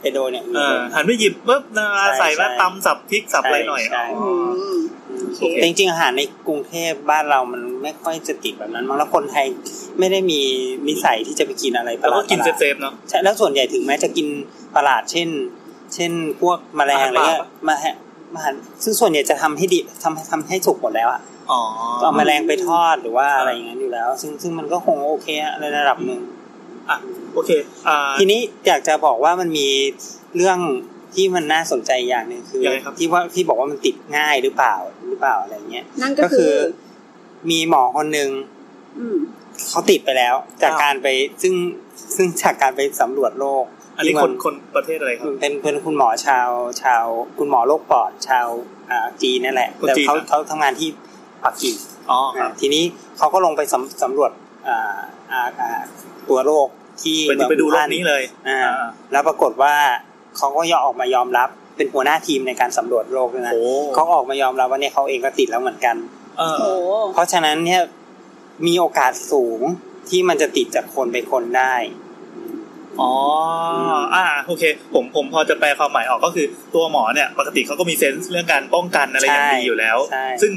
Speaker 4: ไปโดนอย่างอื่น
Speaker 2: เออหันไปหยิบปุ๊บนารา
Speaker 4: ใช่
Speaker 2: ใส่แล้ว
Speaker 4: ใช่
Speaker 2: ตำสับพริกสับอะไรหน่อย
Speaker 4: ใช่
Speaker 2: อ๋อ
Speaker 3: อืมโอเค
Speaker 4: แต่จริงๆอาหารในกรุงเทพบ้านเรามันไม่ค่อยจะติดแบบนั้นมั้งแล้วคนไทยไม่ได้มีนิสัยที่จะไปกินอะไรประ
Speaker 2: แล้ว
Speaker 4: ห
Speaker 2: ก็
Speaker 4: ลาดๆ
Speaker 2: กินเซฟๆเนาะ
Speaker 4: ใช่แล้วส่วนใหญ่ถึงแม้จะกินประหลาดเช่น เช่นพวกแมลงอะไรเงี้ยมาฮะมาหันซึ่งส่วนใหญ่จะทำให้ดิบทำทำให้สุกหมดแล้วอะ
Speaker 2: อ๋อ
Speaker 4: ก็เอาแมลงไปทอดหรือว่าอะไรอย่างนั้นอยู่แล้ว ซึ่งซึ่งมันก็คงโอเคอะในระดับหนึ่ง
Speaker 2: อ่ะ โอเค อ่า
Speaker 4: ทีนี้อยากจะบอกว่ามันมีเรื่องที่มันน่าสนใจอย่างหนึ่งคือ
Speaker 2: ยังไงครับ
Speaker 4: ที่ว่าที่บอกว่ามันติดง่ายหรือเปล่าหรือเปล่าอะไรเงี้ย
Speaker 3: นั่นก็คือ
Speaker 4: มีหมอคนหนึ่ง
Speaker 3: อืม
Speaker 4: เขาติดไปแล้ว จากการไปซึ่งซึ่งจากการไปสำรวจโรค
Speaker 2: อันนี้
Speaker 4: ที่
Speaker 2: ค
Speaker 4: มัน
Speaker 2: คนประเทศอะไรครับ
Speaker 4: เป็นเป็นคุณหมอชาวชาว คุณหมอโรคปอดชาวอ่าจีนนั่นแหละ
Speaker 2: คน
Speaker 4: แต่
Speaker 2: จีน
Speaker 4: เขา
Speaker 2: นะ
Speaker 4: เขาทำงานที่ปักกิ่ง
Speaker 2: อ๋อครับ
Speaker 4: อ่าทีนี้เขาก็ลงไปสำสำรวจอ่าอ่าอ่าตัวโรคที่
Speaker 2: เป็น
Speaker 4: มือง
Speaker 2: ไปดูโลก
Speaker 4: ฮั่
Speaker 2: นี้เลย
Speaker 4: อ่าแล้วปรากฏว่าเขาก็ยอมออกมายอมรับเป็นหัวหน้าทีมในการสำรวจโรคด้วยนะ
Speaker 2: โอ้
Speaker 4: เขาออกมายอมรับว่าเนี่ยเขาเองก็ติดแล้วเหมือนกัน
Speaker 2: เออ
Speaker 3: โอ้
Speaker 4: เพราะฉะนั้นเนี่ยมีโอกาสสูงที่มันจะติดจากคนไปคนได้
Speaker 2: อ๋ออ่า โอเค ผมผมพอจะแปลความหมายออกก็คือตัวหมอเนี่ยปกติเขาก็มีเซนส์เรื่องการป้องกันอะไรอย่างดี
Speaker 4: ใช่
Speaker 2: อยู่แล้ว
Speaker 4: ใช่
Speaker 2: ซึ่ง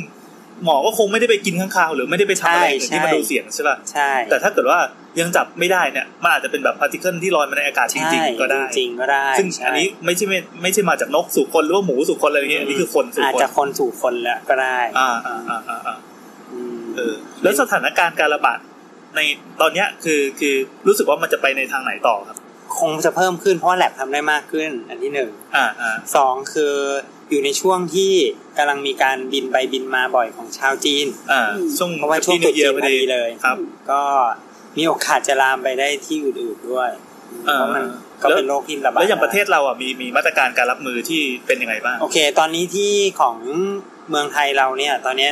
Speaker 2: หมอก็คงไม่ได้ไปกินข้างคาวหรือไม่ได้ไปทำอะไรอื่น
Speaker 4: ใช่
Speaker 2: ที่มัน
Speaker 4: ใช่
Speaker 2: ดูเสี่ยงใช่ป่ะ
Speaker 4: ใช่
Speaker 2: แต่ถ้าเกิดว่ายังจับไม่ได้เนี่ย มันอาจจะเป็นแบบพาร์ติเคิลที่ลอยมาในอากาศจ
Speaker 4: ใช่
Speaker 2: ริงๆก็ได้
Speaker 4: จริงๆก็ได้
Speaker 2: ซึ่ง
Speaker 4: ใช่
Speaker 2: อันนี้ไม่ใช่ไม่ไม่ใช่มาจากนกสู่คนหรือว่าหมูสู่คนอะไรอย่างเงี้ยอันนี้คือคนสู่
Speaker 4: อาจ
Speaker 2: คน
Speaker 4: จะคนสู่คนแล้วก็ได้
Speaker 2: อ่าอ่าอ่าอ่าอ่า
Speaker 4: อืม
Speaker 2: เออแล้วสถานการณ์การระบาดในตอนเนี้ยคือคือรู้สึกว่ามันจะไปในทางไหนต่อครับ
Speaker 4: คงจะเพิ่มขึ้นเพราะว่าแลบทำได้มากขึ้น อันที่หนึ่ง
Speaker 2: อ่าอ่า
Speaker 4: สองคืออยู่ในช่วงที่กำลังมีการบินไปบินมาบ่อยของชาวจีน
Speaker 2: อ่า
Speaker 3: อืม
Speaker 2: ช่วง
Speaker 4: เพราะว่าช่วง
Speaker 2: ต
Speaker 4: ต
Speaker 2: รุ
Speaker 4: รุษ
Speaker 2: ษ
Speaker 4: จี
Speaker 2: จี
Speaker 4: น
Speaker 2: น
Speaker 4: พ
Speaker 2: พ
Speaker 4: อ
Speaker 2: อ
Speaker 4: ดี
Speaker 2: ดี
Speaker 4: เลย
Speaker 2: ครับ
Speaker 4: ก็มีโอกาสจะลามไปได้ที่อื่นๆด้วยเพ
Speaker 2: เออ
Speaker 4: ราะมันก็
Speaker 2: แล้ว
Speaker 4: เป็นโรคที่ระบาด
Speaker 2: แล้วอย่างประเทศเราอ่ะมีมีมาตรการการรับมือที่เป็นยังไงบ้าง
Speaker 4: โอเค ตอนนี้ที่ของเมืองไทยเราเนี่ย ตอนเนี้ย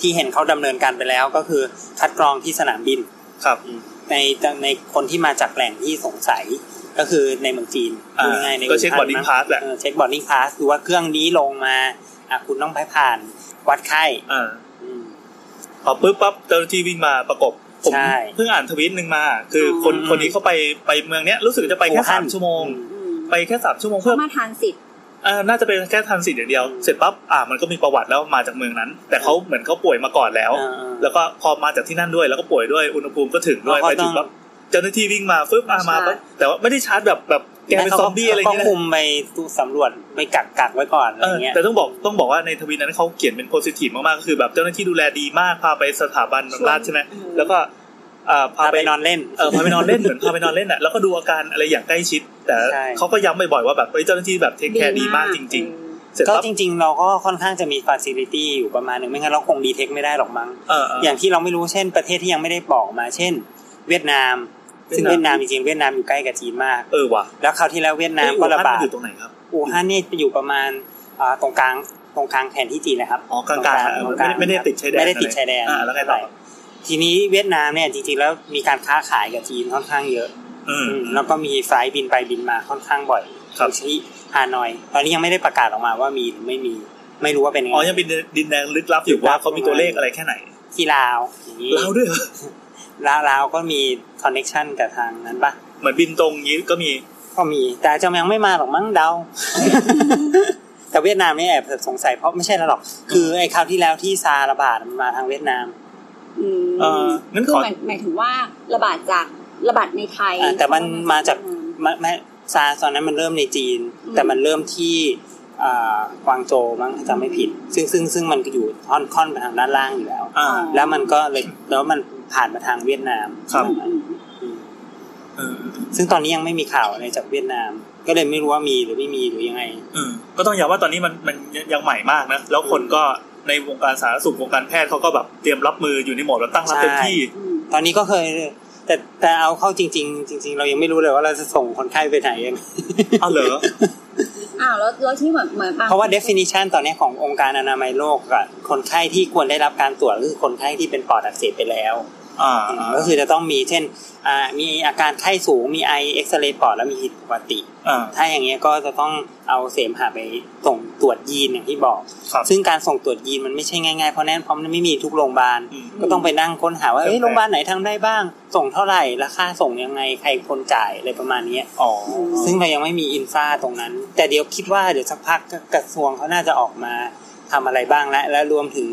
Speaker 4: ที่เห็นเขาดำเนินการไปแล้วก็คือคัดกรองที่สนามบิน
Speaker 2: ครับ
Speaker 4: ในในคนที่มาจากแหล่งที่สงสัยก็คือในเมืองจีน
Speaker 2: อ่า
Speaker 4: พูดง่ายๆใน
Speaker 2: ก็เช็ค boarding pass แหละ
Speaker 4: เออเช็คบอร์ดิ้งพาสดูว่าเครื่องนี้ลงมาอ่ะคุณต้องไปผ่านวัดไข้
Speaker 2: อ่า
Speaker 4: อืม
Speaker 2: พอปุ๊บปั๊บเจ้าหน้าที่วิ่งมาประกบผม
Speaker 4: ใช่
Speaker 2: เพิ่งอ่านทวีตหนึ่งมา คืออ
Speaker 3: ม
Speaker 2: คนคนนี้เขาไปไปเมืองเนี้ยรู้สึกจะไปแค่
Speaker 4: อู่ฮั่
Speaker 2: สาน มชั่วโมง
Speaker 3: อืม
Speaker 2: ไปแค่สามชั่วโมง
Speaker 3: เขา
Speaker 2: เพื่อ
Speaker 3: มาทานสิทธิ์
Speaker 2: อ่าน่าจะเป็นแค่ทันสิทธิ์อย่างเดียว เสร็จปั๊บ อ่า มันก็มีประวัติแล้วมาจากเมืองนั้น แต่เขาเหมือนเขาป่วยมาก่อนแล้ว
Speaker 4: อ่า
Speaker 2: แล้วก็พอมาจากที่นั่นด้วย แล้วก็ป่วยด้วย อุณหภูมิก็ถึงด้วย
Speaker 4: แล้วก็
Speaker 2: ไปถึงปั๊บ เจ้าหน้าที่วิ่งมาฟึบอ่ามาปั๊บ แต่ว่าไม่ได้ชาร์จแบบแบบแกเป็นซอมบี้อะไรอย่างเงี้ย
Speaker 4: ก็คุ
Speaker 2: นะ
Speaker 4: มไปสำรวจไปกักกักไว้ก่อนอะไร
Speaker 2: เออ
Speaker 4: เงี้ย
Speaker 2: แต่ต้องบอกต้องบอกว่าในทวีตนั้นเขาเขียนเป็นโพสิทีฟมากๆก็คือแบบเจ้าหน้าที่ดูแลดีมาก พาไปสถาบันบำราศใช่ไหม
Speaker 3: อืม
Speaker 2: แล้วก็อ่าพา
Speaker 4: พา
Speaker 2: ไป
Speaker 4: ไปนอนเล่น
Speaker 2: เออพาไปนอนเล่นเหมือนพาไปนอนเล่นอ่ะแล้วก็ดูอาการอะไรอย่างใกล้ชิด แต่
Speaker 4: ใช่
Speaker 2: เขาก็ย้ำบ่อยๆว่าแบบเฮ้ยเจ้าหน้าที่แบบเทคแคร์ดีมากจริง ๆ เสร็จ
Speaker 4: ก็
Speaker 2: ปั๊บ
Speaker 4: จริง ๆ เราก็ค่อนข้างจะมีฟาซิลิตี้อยู่ประมาณหนึ่งไม่งั้นเราคงดีเทคไม่ได้หรอกมั้ง
Speaker 2: เออเออ
Speaker 4: อย่างที่เราไม่รู้เช่นประเทศที่ยังไม่ได้บอกมา เช่น เวียดนาม ซึ่ง
Speaker 2: เวี
Speaker 4: เวี
Speaker 2: ย
Speaker 4: ย
Speaker 2: ดนาน
Speaker 4: ดาม มจริงๆเวียดนามอยู่ใกล้กับจีนมาก
Speaker 2: เออว่ะ
Speaker 4: แล้วคราวที่แล้วเวียดนามก็ระบาด
Speaker 2: เอ้ยอู่ฮั่นมันอยู่ตรงไหนครับ
Speaker 4: อู่ฮั่นนี่จะอยู่ประมาณอ่าตรงกลางตรงกลางแผนที่จีนนะครับ
Speaker 2: อ๋อกลางๆ
Speaker 4: ตรง
Speaker 2: ไม่ได้ไม่ได้
Speaker 4: ครับ
Speaker 2: ติดชายแดน
Speaker 4: ไม่ได้ติดชายแดน
Speaker 2: อ่าแล้วไงต่อ
Speaker 4: ทีนี้เวียดนามเนี่ยจริงๆแล้วมีการค้าขายกับจีนค่อนข้างเยอะ
Speaker 2: อืม
Speaker 4: แล้วก็มีไฟลท์บินไปบินมาค่อนข้างบ่อย
Speaker 2: ครับ
Speaker 4: อยู่ที่ฮานอย ตอนนี้ยังไม่ได้ประกาศออกมาว่ามีหรือไม่มี ไม่รู้ว่าเป็นยังไง
Speaker 2: อ๋อยังเป็นดินแดนลึกลับอยู่ว่าเขามีตัวเลขอะไรแค่ไหน
Speaker 4: ที่ลาวอย่างนี้
Speaker 2: เราด้วยเหรอ
Speaker 4: ลาวลาวก็มีคอนเน็ชันกับทางนั้นปะ
Speaker 2: เหมือนบินตรงนี้ก็มี
Speaker 4: ก็มี แต่อาจจะยังไม่มาหรอกมั้ง
Speaker 2: [LAUGHS]
Speaker 4: เดา แต่เวียดนามนี่แอบสงสัยเพราะไม่ใช่แล้วหรอก คือไอ้คราวที่แล้วที่ซาระบาดมันมาทางเวียดนาม
Speaker 3: อืม
Speaker 2: เอองั้น
Speaker 3: คือ
Speaker 2: ขอ
Speaker 3: หมายหมายถึงว่าระบาดจากระบาดในไทย
Speaker 4: อ่าแต่มันมาจาก
Speaker 3: อืม
Speaker 4: ไม่ไม่ซาตอนนั้นมันเริ่มในจีน
Speaker 3: อืม
Speaker 4: แต่มันเริ่มที่อ่ากวางโจวมั้งถ้าจำไม่ผิด ซึ่งซึ่งซึ่งมันก็อยู่ค่อนค่อนไปทางด้านล่างอยู่แล้ว
Speaker 2: อ่า
Speaker 4: แล้วมันก็เลยแล้วมันผ่านมาทางเวียดนาม
Speaker 2: ครับ
Speaker 3: อืม
Speaker 4: อืม
Speaker 2: เออ
Speaker 4: ซึ่งตอนนี้ยังไม่มีข่าวอะไรจากเวียดนาม ก็เลยไม่รู้ว่ามีหรือไม่มีหรือยังไง
Speaker 2: เออก็ต้องย้ำว่าตอนนี้มันมันยังใหม่มากนะ แล้วคนก็ในวงการสาธารณสุขวงการแพทย์เขาก็แบบเตรียมรับมืออยู่ในโหมดแบบตั้งรับเต็มที่
Speaker 3: อืม
Speaker 4: ตอนนี้ก็เคย แต่แต่เอาเข้าจริง ๆ จริง ๆ เรายังไม่รู้เลยว่าเราจะส่งคนไข้ไปไหนยัง
Speaker 2: เอาเหรอ
Speaker 3: อ้าวแล้วแล้วที่เหมือนเหมือนบง
Speaker 4: เพราะว่า definition ตอนนี้ขององค์การอนามัยโลกอะคนไข้ที่ควรได้รับการตรวจคือคนไข้ที่เป็นปอดอักเสบไปแล้ว
Speaker 2: อ่า
Speaker 4: ก็คือจะต้องมีเช่นอ่ามีอาการไข้สูงมีไอเอ็กซเรย์ปอดแล้วมีผิดปกติ
Speaker 2: อ่า
Speaker 4: ถ้าอย่างเงี้ยก็จะต้องเอาเสมหะไปส่งตรวจยีนอย่างที่บอก
Speaker 2: ครับ
Speaker 4: ซึ่งการส่งตรวจยีนมันไม่ใช่ง่ายๆเพราะแน่นเพราะมันไม่มีทุกโรงพยาบาล
Speaker 2: อืม
Speaker 4: ก็ต้องไปนั่งค้นหาว่าเอ้ย
Speaker 2: ใช่
Speaker 4: โรงพยาบาลไหนทำได้บ้าง ส่งเท่าไหร่ราคาส่งยังไงใครคนจ่ายอะไรประมาณเนี้ย
Speaker 2: อ๋อ
Speaker 4: ซึ่งเรายังไม่มีอินฟาตรงนั้น แต่เดี๋ยวคิดว่าเดี๋ยวสักพักก็กระทรวงเขาน่าจะออกมาทำอะไรบ้างแล้วและรวมถึง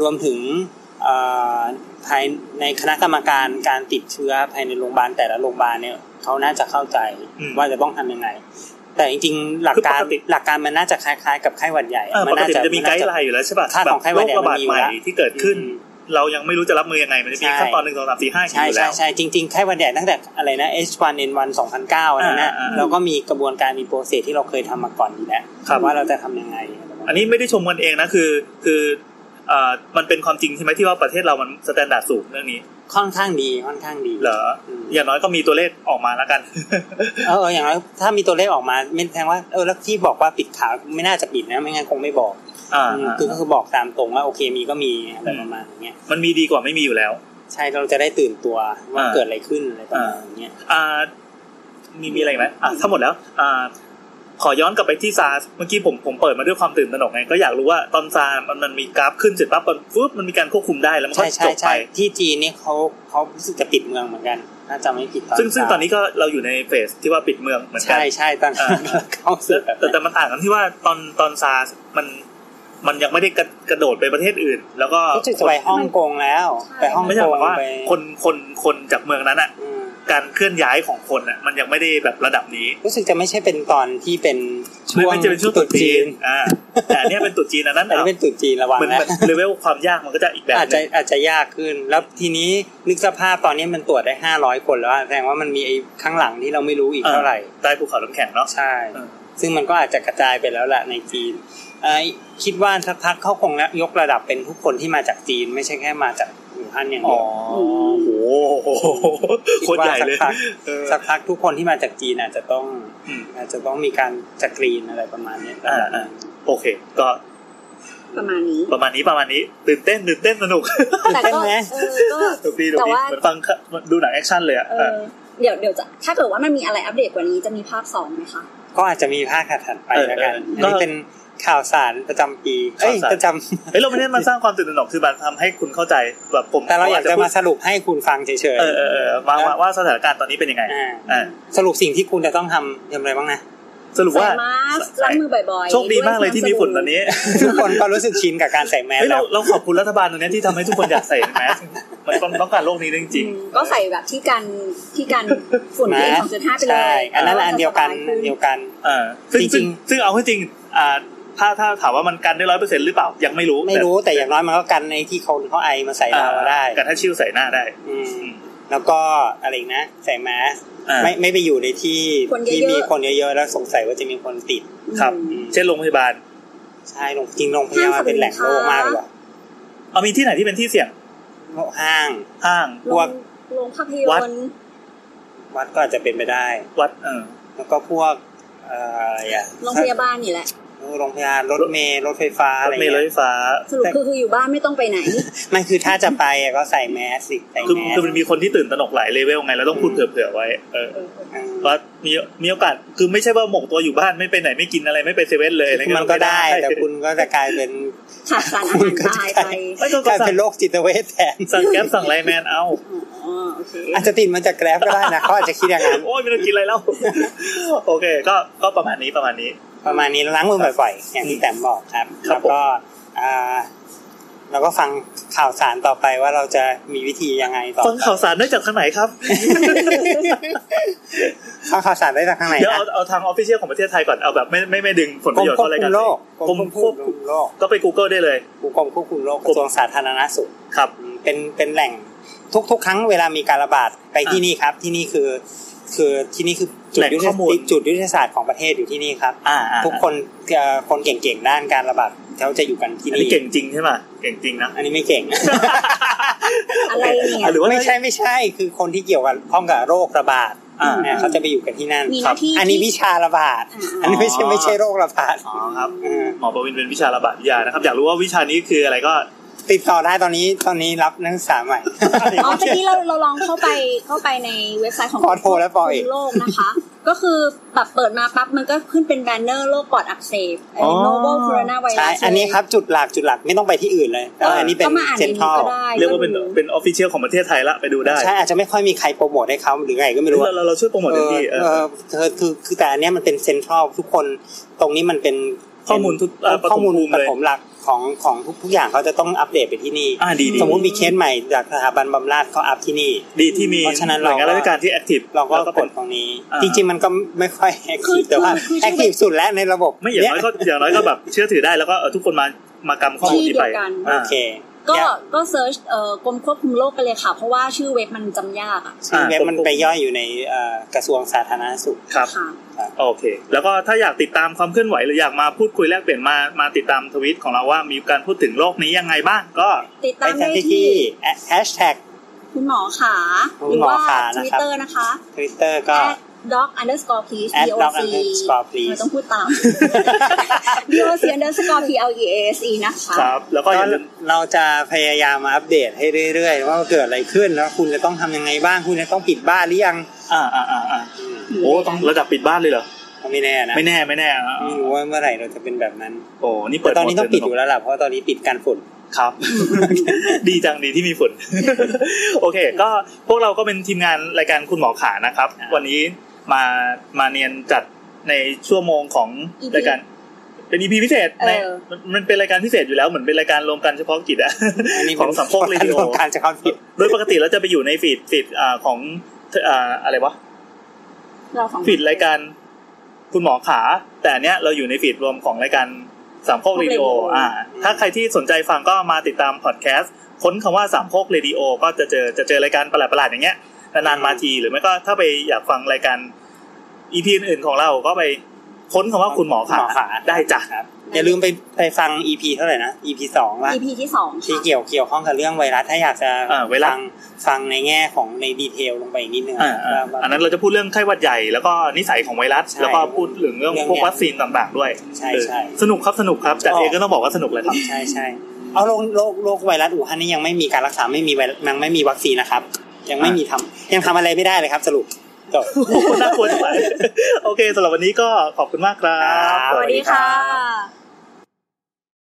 Speaker 4: รวมถึงเอ่อภายในคณะกรรมการการติดเชื้อภายในโรงพยาบาลแต่ละโรงพยาบาลเนี่ยเขาน่าจะเข้าใจ
Speaker 2: อืม
Speaker 4: ว่าจะต้องทำยังไง แต่จริงๆหลักการ
Speaker 2: คือปกติ
Speaker 4: หลักการมันน่าจะคล้ายๆ กับไข้หวัดใหญ่
Speaker 2: เออปก
Speaker 4: น่า
Speaker 2: ติมันจะมีไกด์ไลน์อยู่แล้วใช่ป่ะ
Speaker 4: ถ้า
Speaker 2: แบ
Speaker 4: ของ
Speaker 2: บ
Speaker 4: ไข้ห
Speaker 2: โร
Speaker 4: วัด
Speaker 2: ค
Speaker 4: ใหญ่
Speaker 2: ระบาด
Speaker 4: นอยู่
Speaker 2: ใหม่
Speaker 4: แล้ว
Speaker 2: ที่เกิดขึ้น
Speaker 4: อืม
Speaker 2: เรายังไม่รู้จะรับมือยังไงมันจะมี
Speaker 4: ใช่
Speaker 2: ขั้นตอนหนึ่งสองสามสี่ห้าอ
Speaker 4: ใช่
Speaker 2: ยู่แล้
Speaker 4: ใช่
Speaker 2: ว
Speaker 4: ใช่จริงๆไข้หวัดใหญ่ตั้งแต่อะไรนะ H1N1 2009อันนั้นนะ
Speaker 2: อ่าอ่า
Speaker 4: เราก็มีกระบวนการมีโปรเซสที่เราเคยทำมาก่อนอยู่แล้ว
Speaker 2: ครับ
Speaker 4: ว่าเราจะทำยังไง
Speaker 2: อันนี้ไม่ได้ชมกันเองนะคือ คือเอ่อมันเป็นความจริงใช่ไหมที่ว่าประเทศเรามันสแตนดาร์ดสูงเรื่องนี้
Speaker 4: ค่อนข้างดีค่อนข้างดี
Speaker 2: เหรอ
Speaker 4: ม
Speaker 2: อย่างน้อยก็มีตัวเลขออกมาแล้วกัน
Speaker 4: เออเอออย่างไรถ้ามีตัวเลขออกมาไม่แทงว่าเออแล้วที่บอกว่าปิดข่าวไม่น่าจะปิดนะไม่งั้นคงไม่บอก
Speaker 2: อ่า
Speaker 4: อืมคือก็คือบอกตามตรงว่าโอเคมีก็มีอะไรประมาณอย่างเงี้ย
Speaker 2: มันมีดีกว่าไม่มีอยู่แล้ว
Speaker 4: ใช่เราจะได้ตื่นตัวว่า
Speaker 2: อ่า
Speaker 4: เกิดอะไรขึ้นอะไรประมาณอย่างเงี้ย
Speaker 2: อ่ามีมีอะไรอีกไหมอ่ะทั้งหมดแล้ว อ่า ขอย้อนกลับไปที่ซาร์เมื่อกี้ผมผมเปิดมาด้วยความตื่นตระหนกไงก็อยากรู้ว่าตอนซาร์มันมันมีกราฟขึ้นเสร็จปั๊บมันฟึ๊บมันมีการควบคุมได้แล้วมันก็
Speaker 4: ใช่ใช่
Speaker 2: จบไป
Speaker 4: ใช่ที่จีนนี่เขาเขารู้สึกจะปิดเมืองเหมือนกันถ้าจำไม่ผิดตอน
Speaker 2: ซึ่งซึ่ง
Speaker 4: เช้า
Speaker 2: ตอนนี้ก็เราอยู่ในเฟสที่ว่าปิดเมืองเหมือนกัน
Speaker 4: ใช่ใช่ตอน
Speaker 2: อ่า
Speaker 4: เขาสึ
Speaker 2: แต่
Speaker 4: กแบบ
Speaker 2: แต่แต่มันต่างกันที่ว่าตอนตอนซาร์มันมันยังไม่ได้กระกระโดดไปประเทศอื่น แล้วก็
Speaker 4: รู้สึกจะไปฮ่องกงแล้ว
Speaker 3: ใช่
Speaker 4: ไปฮ่อง
Speaker 2: ไม่ใช่
Speaker 4: ก
Speaker 2: หมาย
Speaker 4: ง
Speaker 2: ความว่า
Speaker 4: ไป
Speaker 2: คนคนคนจากเมืองนั้นอะ
Speaker 4: อืม
Speaker 2: การเคลื่อนย้ายของคนอะมันยังไม่ได้แบบระดับนี้
Speaker 4: รู้สึกจะไม่ใช่เป็นตอนที่เป็นช่
Speaker 2: ไม่
Speaker 4: วง
Speaker 2: ไม่จะเป็นช่วงตรุษจีน อ่า แต่อันเนี้ยเป็นตรุษจีนอันนั้น
Speaker 4: แต่นี่เป็นตรุษจีนระวัง
Speaker 2: เหมือน
Speaker 4: นะ
Speaker 2: มันเลเวลความยากมันก็จะอีกแบบ
Speaker 4: อาจ
Speaker 2: ห
Speaker 4: จะ
Speaker 2: นึง
Speaker 4: อาจจะยากขึ้น แล้วทีนี้นึกสภาพตอนนี้มันตรวจได้ห้าร้อยคนแล้วอะแสดงว่ามันมีไอ้ข้างหลังที่เราไม่รู้อีกเท่าไหร่
Speaker 2: ใต้ภูเขาน้ำแข็งเนาะ
Speaker 4: ใช่
Speaker 2: เออ
Speaker 4: ซึ่งมันก็อาจจะกระจายไปแล้วล่ะในจีนเอ่อคิดว่าสักพักเขาคงละยกระดับเป็นทุกคนที่มาจากจีน ไม่ใช่แค่มาจากอู่ฮั่นอย่าง
Speaker 2: อ๋อ
Speaker 4: เดียว
Speaker 2: โอ้โหโคตรใหญ่เลย
Speaker 4: คิดว่าสักพัก
Speaker 2: เออ
Speaker 4: สักพักทุกคนที่มาจากจีนอาจจะต้อง
Speaker 2: อืม
Speaker 4: อาจจะต้องมีการจัดกรีนอะไรประมาณเนี้ย
Speaker 2: อ่าอ่า โอเค ก็
Speaker 3: ประมาณนี้
Speaker 2: ประมาณนี้ประมาณนี้ ตื่นเต้นตื่นเต้นสนุก
Speaker 3: แต่ก็เออก็
Speaker 2: ดูดีดู
Speaker 3: แต่
Speaker 2: ดี
Speaker 3: ว่า
Speaker 2: เหมือนฟังดูหนังแอคชั่นเลยอะ
Speaker 3: เออเดี๋ยวเดี๋ยวจะถ้าเกิดว่ามันมีอะไรอัปเดตกว่านี้จะมีภาคสองไหมคะ
Speaker 4: ก็อาจจะมีภาคถัดๆไปแล้วกันอันนี้เป็นข่าวสารประจำปีเอ้ยประจำ
Speaker 2: เฮ้ยเราไม่ได้มาสร้างความตื่นตระหนกคือมันทำให้คุณเข้าใจแบบผม
Speaker 4: แต่เราอยากจะมาสรุปให้คุณฟังเฉย
Speaker 2: เออเออเออมาว่าว่าสถานการณ์ตอนนี้เป็นยังไง
Speaker 4: ๆอ่า
Speaker 2: อ่า
Speaker 4: สรุปสิ่งที่คุณจะต้องทำทำอะไรบ้าง [LAUGHS] นะ
Speaker 2: สรุป
Speaker 3: ใส่
Speaker 2: ว่า
Speaker 3: มาสก์ล้างมือบ่อยๆ
Speaker 2: โชคดีมากเลยที่มีฝุ่นตอนนี้
Speaker 4: ทุกคนก็รู้สึกชินกับการใส่แมส
Speaker 2: เฮ้ย
Speaker 4: แล้
Speaker 2: เรา
Speaker 4: ว
Speaker 2: เราขอบคุณรัฐบาลตรงเนี้ยที่ทำให้ทุกคนอยากใส่แมสมันต้องต้องการโลกนี้จ
Speaker 3: อื
Speaker 2: ริง
Speaker 3: มก็ใส่แบบที่กันที่กันฝุ่น
Speaker 4: นะ
Speaker 3: เองสองจุดห้าไปเล
Speaker 4: ใช่
Speaker 3: ย
Speaker 4: อันนั้นอันเดียวกัน
Speaker 3: ราจะสบา
Speaker 4: อั
Speaker 3: ขึ้
Speaker 4: นเดียวกัน
Speaker 2: ๆเออซึ่ง
Speaker 4: จริ
Speaker 2: ซึ่ง
Speaker 4: ง
Speaker 2: ซึ่งเอาให้จริงอ่าถ้าถ้าถามว่ามันกันได้ร้อยเปอร์เซ็นต์หรือเปล่า ยังไม่รู้
Speaker 4: ไม่รู้แต่อย่างน้อยมันก็กันในที่เขาเขาไอมาใส่
Speaker 2: อ่า
Speaker 4: เราได้
Speaker 2: กันถ้าชิวใส่หน้าได้
Speaker 4: อืมแล้วก็อะไรอีกนะ ใส่แมส
Speaker 2: อ่า
Speaker 4: ไม่ไม่ไปอยู่ในที่
Speaker 3: คนเยอะๆ
Speaker 4: ที่มีคนเยอะๆแล้วสงสัยว่าจะมีคนติด
Speaker 2: ครับ
Speaker 3: อืม
Speaker 2: เช่นโรงพยาบาล
Speaker 4: ใช่โรงจริงโรงพยาบาลเป็นแหล่งโลกมากเลยว่ะ
Speaker 2: เอามีที่ไหนที่เป็นที่เสี่ยง
Speaker 4: ห้าง
Speaker 2: ห้าง
Speaker 4: พวก
Speaker 3: โรงภาพยนตร์
Speaker 4: วัดก็อาจจะเป็นไปได้
Speaker 2: วัดเออ
Speaker 4: แล้วก็พวกเอ่ออะไรอะ
Speaker 3: โรงพยาบาลนี่แหละ
Speaker 4: เออโรงพยาบาลรถเมล์รถไฟฟ้าร อะ
Speaker 2: ถ
Speaker 4: ไร
Speaker 2: เมล์รถ
Speaker 4: เงี้
Speaker 2: ไฟ
Speaker 4: ย
Speaker 2: ฟ้า
Speaker 3: สรุปคือคืออยู่บ้านไม่ต้องไปไหน
Speaker 4: ไม่คือถ้าจะไปอะก็ใส่แมสสิใส่
Speaker 2: คือ
Speaker 4: แมส
Speaker 2: คือมันมีคนที่ตื่นตระหนกหลายเลเวลไงเราต้องพูดเผื่อๆไว้เออ
Speaker 4: อืม
Speaker 2: ว่ามีมีโอกาสคือไม่ใช่ว่าหมกตัวอยู่บ้านไม่ไปไหนไม่กินอะไรไม่ไปเซเว่นเลยอะไรเงี้ย
Speaker 4: มันก็ได้แต่คุณก็จะกลายเป็น
Speaker 3: ขาดสารอาหารตายไป
Speaker 2: ไม่ก็
Speaker 4: ก
Speaker 2: ก็
Speaker 4: ลาย
Speaker 2: สั่
Speaker 4: เป็
Speaker 2: ง
Speaker 4: นโรคจิตเวชแทน
Speaker 2: สั่งแก๊ปสั่งไลน์แมนเอา
Speaker 3: อ๋อโอเค
Speaker 4: อาจจะติดมาจากแกร็บก็ได้นะเขาอาจจะคิดอย่างนั้น
Speaker 2: โอ้ยไม่ต้องกินอะไรแล้ว โอเค ก็ก็ประมาณนี้ประมาณนี้
Speaker 4: ประมาณนี้ล้างมือบ่อยๆอย่างที่แต้มบอกครับ
Speaker 2: ครั
Speaker 4: แล้
Speaker 2: บผ
Speaker 4: ว
Speaker 2: ม
Speaker 4: ก็อ่าเราก็ฟังข่าวสารต่อไปว่าเราจะมีวิธียังไงต่อ
Speaker 2: ฟังข่าวสารได้จากทางไหนครับ
Speaker 4: ฟังข่าวสารได้จากทางไหน
Speaker 2: [LAUGHS] เดี๋ยว
Speaker 4: นะ
Speaker 2: เอาเอาทางออฟฟิเชียลของประเทศไทยก่อน เอาแบบไม่ไม่ไม่ดึงผล
Speaker 4: ก
Speaker 2: ป
Speaker 4: ร
Speaker 2: ระ
Speaker 4: ม
Speaker 2: โยชน์
Speaker 4: ค
Speaker 2: เข้าว
Speaker 4: บ
Speaker 2: ราย
Speaker 4: คุ
Speaker 2: การ
Speaker 4: มโรค
Speaker 2: กรมควบคุม
Speaker 4: โรค
Speaker 2: ก็ไป Google ได้เลย
Speaker 4: กรมควบคุมโรคกระทรวงสาธารณสุข
Speaker 2: ครับ
Speaker 4: เป็นเป็นแหล่งทุก ๆ ครั้งเวลามีการระบาดไปที่
Speaker 2: อ่ะ
Speaker 4: นี่ครับ ที่นี่คือคือที่นี่คือจุ
Speaker 2: แหล่ง
Speaker 4: ดยุทธ
Speaker 2: ข้อมูล
Speaker 4: จุดยุทธศาสตร์ของประเทศอยู่ที่นี่ครับ
Speaker 2: อ่าอ่า
Speaker 4: ทุกคนเอ่อคนเก่งๆด้านการระบาดเขาจะอยู่กันที่
Speaker 2: อัน
Speaker 4: นี่
Speaker 2: นี้เก่งจริงใช่ไหมเก่งจริงนะ
Speaker 4: อันนี้ไม่เก่ง
Speaker 3: อะไรเนี่ย
Speaker 2: หรือว่า
Speaker 4: ไม่ใช่ไม่ใช่คือคนที่เกี่ยวกับข้องกับโรคระบาด
Speaker 2: อ่า
Speaker 4: เนี่ยเขาจะไปอยู่กันที่นั่น
Speaker 3: มีหน้าที่
Speaker 4: อันนี้วิชาระบาด
Speaker 3: อ่า
Speaker 4: อันนี้ไม่ใช่ไม่ใช่โรคระบาด
Speaker 2: อ๋อครับ
Speaker 4: เออ
Speaker 2: หมอประวินเป็นวิชาระบาดวิทยานะครับ อยากรู้ว่าวิชานี้คืออะไรก็
Speaker 4: ติดต่อได้ตอนนี้ตอนนี้รับนักศึกษาใหม่
Speaker 3: อ๋อตะกี้เราเราลองเข้าไปเข้าไปในเว็บไซต์ของ
Speaker 4: ขอโทษและปอเอก
Speaker 3: คุณโลกนะคะ ก็คือแบบเปิดมาปั๊บมันก็ขึ้นเป็นแบนเนอร์โรคปอดอักเสบไอ้
Speaker 2: อ๋อ
Speaker 3: novel corona virus
Speaker 4: ใช่อันนี้ครับจุดหลักจุดหลักไม่ต้องไปที่อื่นเลยแต่ว่าอันนี้เป็น
Speaker 3: ก็มาอ่าน
Speaker 4: เซ็น
Speaker 3: ใน
Speaker 4: ทรั
Speaker 3: นี้
Speaker 4: ล
Speaker 3: ก็ได้
Speaker 2: เรียกว่าเป็นเป็นออฟฟิเชียลของประเทศไทยละไปดูได้
Speaker 4: ใช่อาจจะไม่ค่อยมีใครโปรโมทให้เขาหรือไงก็ไม่รู้
Speaker 2: เราเราเราช่วยโปรโมทเต็มที่เออ
Speaker 4: เออเออคือคือแต่อันเนี้ยมันเป็นเซ็นทรัลทุกคนตรงนี้มันเป็น
Speaker 2: ข้อมูลทุกเอ่อปฐม
Speaker 4: ข้อมูล
Speaker 2: ภูมิ
Speaker 4: ป
Speaker 2: เลย
Speaker 4: ฐมหลักของของทุกทุกอย่างเขาจะต้องอัปเดตไปที่นี่
Speaker 2: อ่าดีดี
Speaker 4: สมมุติมีเคสใหม่จากสถาบันบำราศเขาอัพที่นี่
Speaker 2: ดีที่มี
Speaker 4: เพราะฉะนั้น
Speaker 2: หน่วยงาน
Speaker 4: เราก็
Speaker 2: ราชการที่แอคทีฟ
Speaker 4: เราก็ก
Speaker 2: เป็
Speaker 4: ด
Speaker 2: น
Speaker 4: ตรงนี้
Speaker 2: อ่า
Speaker 4: จริงๆมันก็ไม่ค่อยแอค
Speaker 3: คื
Speaker 4: ที
Speaker 3: อ
Speaker 4: ฟแต่ว่า
Speaker 3: คือคือ
Speaker 4: แอคทีฟสุดแล้วในระบบ
Speaker 2: ไม่อย่างน้อยก็อย่างน้อยก็แบบเชื่อถือได้แล้วก็เออทุกคนมามากำข้อมูล
Speaker 3: ที่
Speaker 2: นี้
Speaker 3: เดี
Speaker 2: ไป
Speaker 3: ยวกัน
Speaker 2: อ่า
Speaker 4: โอเค
Speaker 3: ก็
Speaker 4: ยา
Speaker 3: ก็เซิร์ชเอ่อกรมควบคุมโรคไปเลยค่ะ เพราะว่าชื่อเว็บมันจำยากอะ
Speaker 4: ซึ่งเว็บมัน
Speaker 2: อ่า
Speaker 4: ไปย่อยอยู่ในเอ่อกระทรวงสาธารณสุข
Speaker 2: ครับ
Speaker 3: ค่ะ
Speaker 2: โอเค แล้วก็ถ้าอยากติดตามความเคลื่อนไหวหรืออยากมาพูดคุยแลกเปลี่ยนมามาติดตามทวิตของเราว่ามีการพูดถึงโลกนี้ยังไงบ้างก็
Speaker 3: ติด
Speaker 4: ไป
Speaker 3: ตาม
Speaker 4: ทัน
Speaker 3: ได้
Speaker 4: ที่
Speaker 3: ที่
Speaker 4: ที่แฮชแท็ก
Speaker 3: คุณหมอขา
Speaker 4: คุณ
Speaker 3: หรือ
Speaker 4: หมอ
Speaker 3: ว่า
Speaker 4: ขานะครับ
Speaker 3: Twitter นะคะ
Speaker 4: ทวิตเตอร์ก็
Speaker 3: at dog underscore please
Speaker 4: at
Speaker 3: doc
Speaker 4: dog underscore please
Speaker 3: ไม่ต้องพูดตาม [LAUGHS] doc underscore p l e a s e นะคะ
Speaker 2: ครับ แล้วก็
Speaker 4: ก็
Speaker 2: อย่าลืม
Speaker 4: เราจะพยายามมาอัปเดตให้เรื่อยๆ ว่าเกิดอะไรขึ้นแล้วคุณจะต้องทำยังไงบ้าง คุณจะต้องปิดบ้านหรือยัง
Speaker 2: อ่าอ่าอ่าอ่าโอ้ต้องระดับปิดบ้านเลยเหรอ
Speaker 4: ก็ไม่แน่นะ
Speaker 2: ไม่แน่ไม่แน่อ่า
Speaker 4: ไม่รู้ว่าเมื่อไหร่เราจะเป็นแบบนั้น
Speaker 2: โอ้นี่
Speaker 4: แต่
Speaker 2: เปิด
Speaker 4: ตอนนี้
Speaker 2: หม
Speaker 4: ต้อง
Speaker 2: เส
Speaker 4: ปิดอยู่แล้วล่ะเพราะตอนนี้ปิดการฝุ่น
Speaker 2: ครับ [LAUGHS] ดีจังดีที่มีฝน [LAUGHS] โอเค ก็พวกเราก็เป็นทีมงานรายการคุณหมอขานะครับ
Speaker 4: อ่า
Speaker 2: วันนี้มามาเนียนจัดในชั่วโมงของ
Speaker 3: EP
Speaker 2: รายการ เป็น EP พิเศษ
Speaker 3: เออ
Speaker 2: ในมันมันเป็นรายการพิเศษอยู่แล้วเหมือนเป็นรายการรวมกันเฉพาะกิจอะ [LAUGHS]
Speaker 4: อันนี้
Speaker 2: ข
Speaker 4: เป็
Speaker 2: อน งสามโคกเรดิโอ
Speaker 4: ของการจะเข้าผิด
Speaker 2: โดยปกติเราจะไปอยู่ในฟีดฟีดอ่าของอ่าอะไรวะ
Speaker 3: เราสองคน
Speaker 2: ฟีดรายการคุณหมอขา แต่อันเนี้ยเราอยู่ในฟีดรวมของรายการสามโคกเรดิโอ
Speaker 3: ของเรดิโออ่
Speaker 2: อ่า ถ้าใครที่สนใจฟังก็มาติดตามพอดแคสต์ค้นคำว่าสามโคกเรดิโอก็จะเจอจะเจอรายการประหลาดๆอย่างเงี้ยนานๆมาทีหรือไม่ก็ถ้าไปอยากฟังรายการอีพีอื่นๆของเราก็ไปค้นคำว่าคุณหมอขาได้จ้ะ
Speaker 4: ครับอย่าลืมไปไปฟัง EP เท่าไหร่นะ EP สองว่า
Speaker 3: EP ที่สอง
Speaker 4: ที่
Speaker 3: ค่ะ
Speaker 4: เกี่ยวเกี่ยวข้องกับเรื่องไวรัสถ้าอยากจะ
Speaker 2: อ่าเวลา
Speaker 4: ฟังฟังในแง่ของในดีเทลลงไปอีกนิดนึง
Speaker 2: อ่าอ่า
Speaker 4: ว่า
Speaker 2: อันนั้นเราจะพูดเรื่องไข้หวัดใหญ่แล้วก็นิสัยของไวรัส
Speaker 4: ใช่
Speaker 2: แล้วก็พูดถึงเรื่องพวกวัคซีนต่างๆด้วย
Speaker 4: ใช่
Speaker 2: เออ
Speaker 4: ใช่
Speaker 2: สนุกครับสนุกครับแต่
Speaker 4: อ๋อ
Speaker 2: เองก็ต้องบอกว่าสนุกเลยครับ
Speaker 4: ใช่ใช่เอาโรคโรคโรคไวรัสอู่ฮั่นนี่ยังไม่มีการรักษาไม่มีไวรัสยังไม่มีวัคซีนนะครับ ยังไม่มีทำยังทำอะไรไม่ได้เลยครับ สรุปจบ
Speaker 2: น่ากลัวจังเลยโอเคสำหรับวันนี้ก็ขอบคุณมากครับ
Speaker 4: ครับ
Speaker 3: สวัสดีค่ะ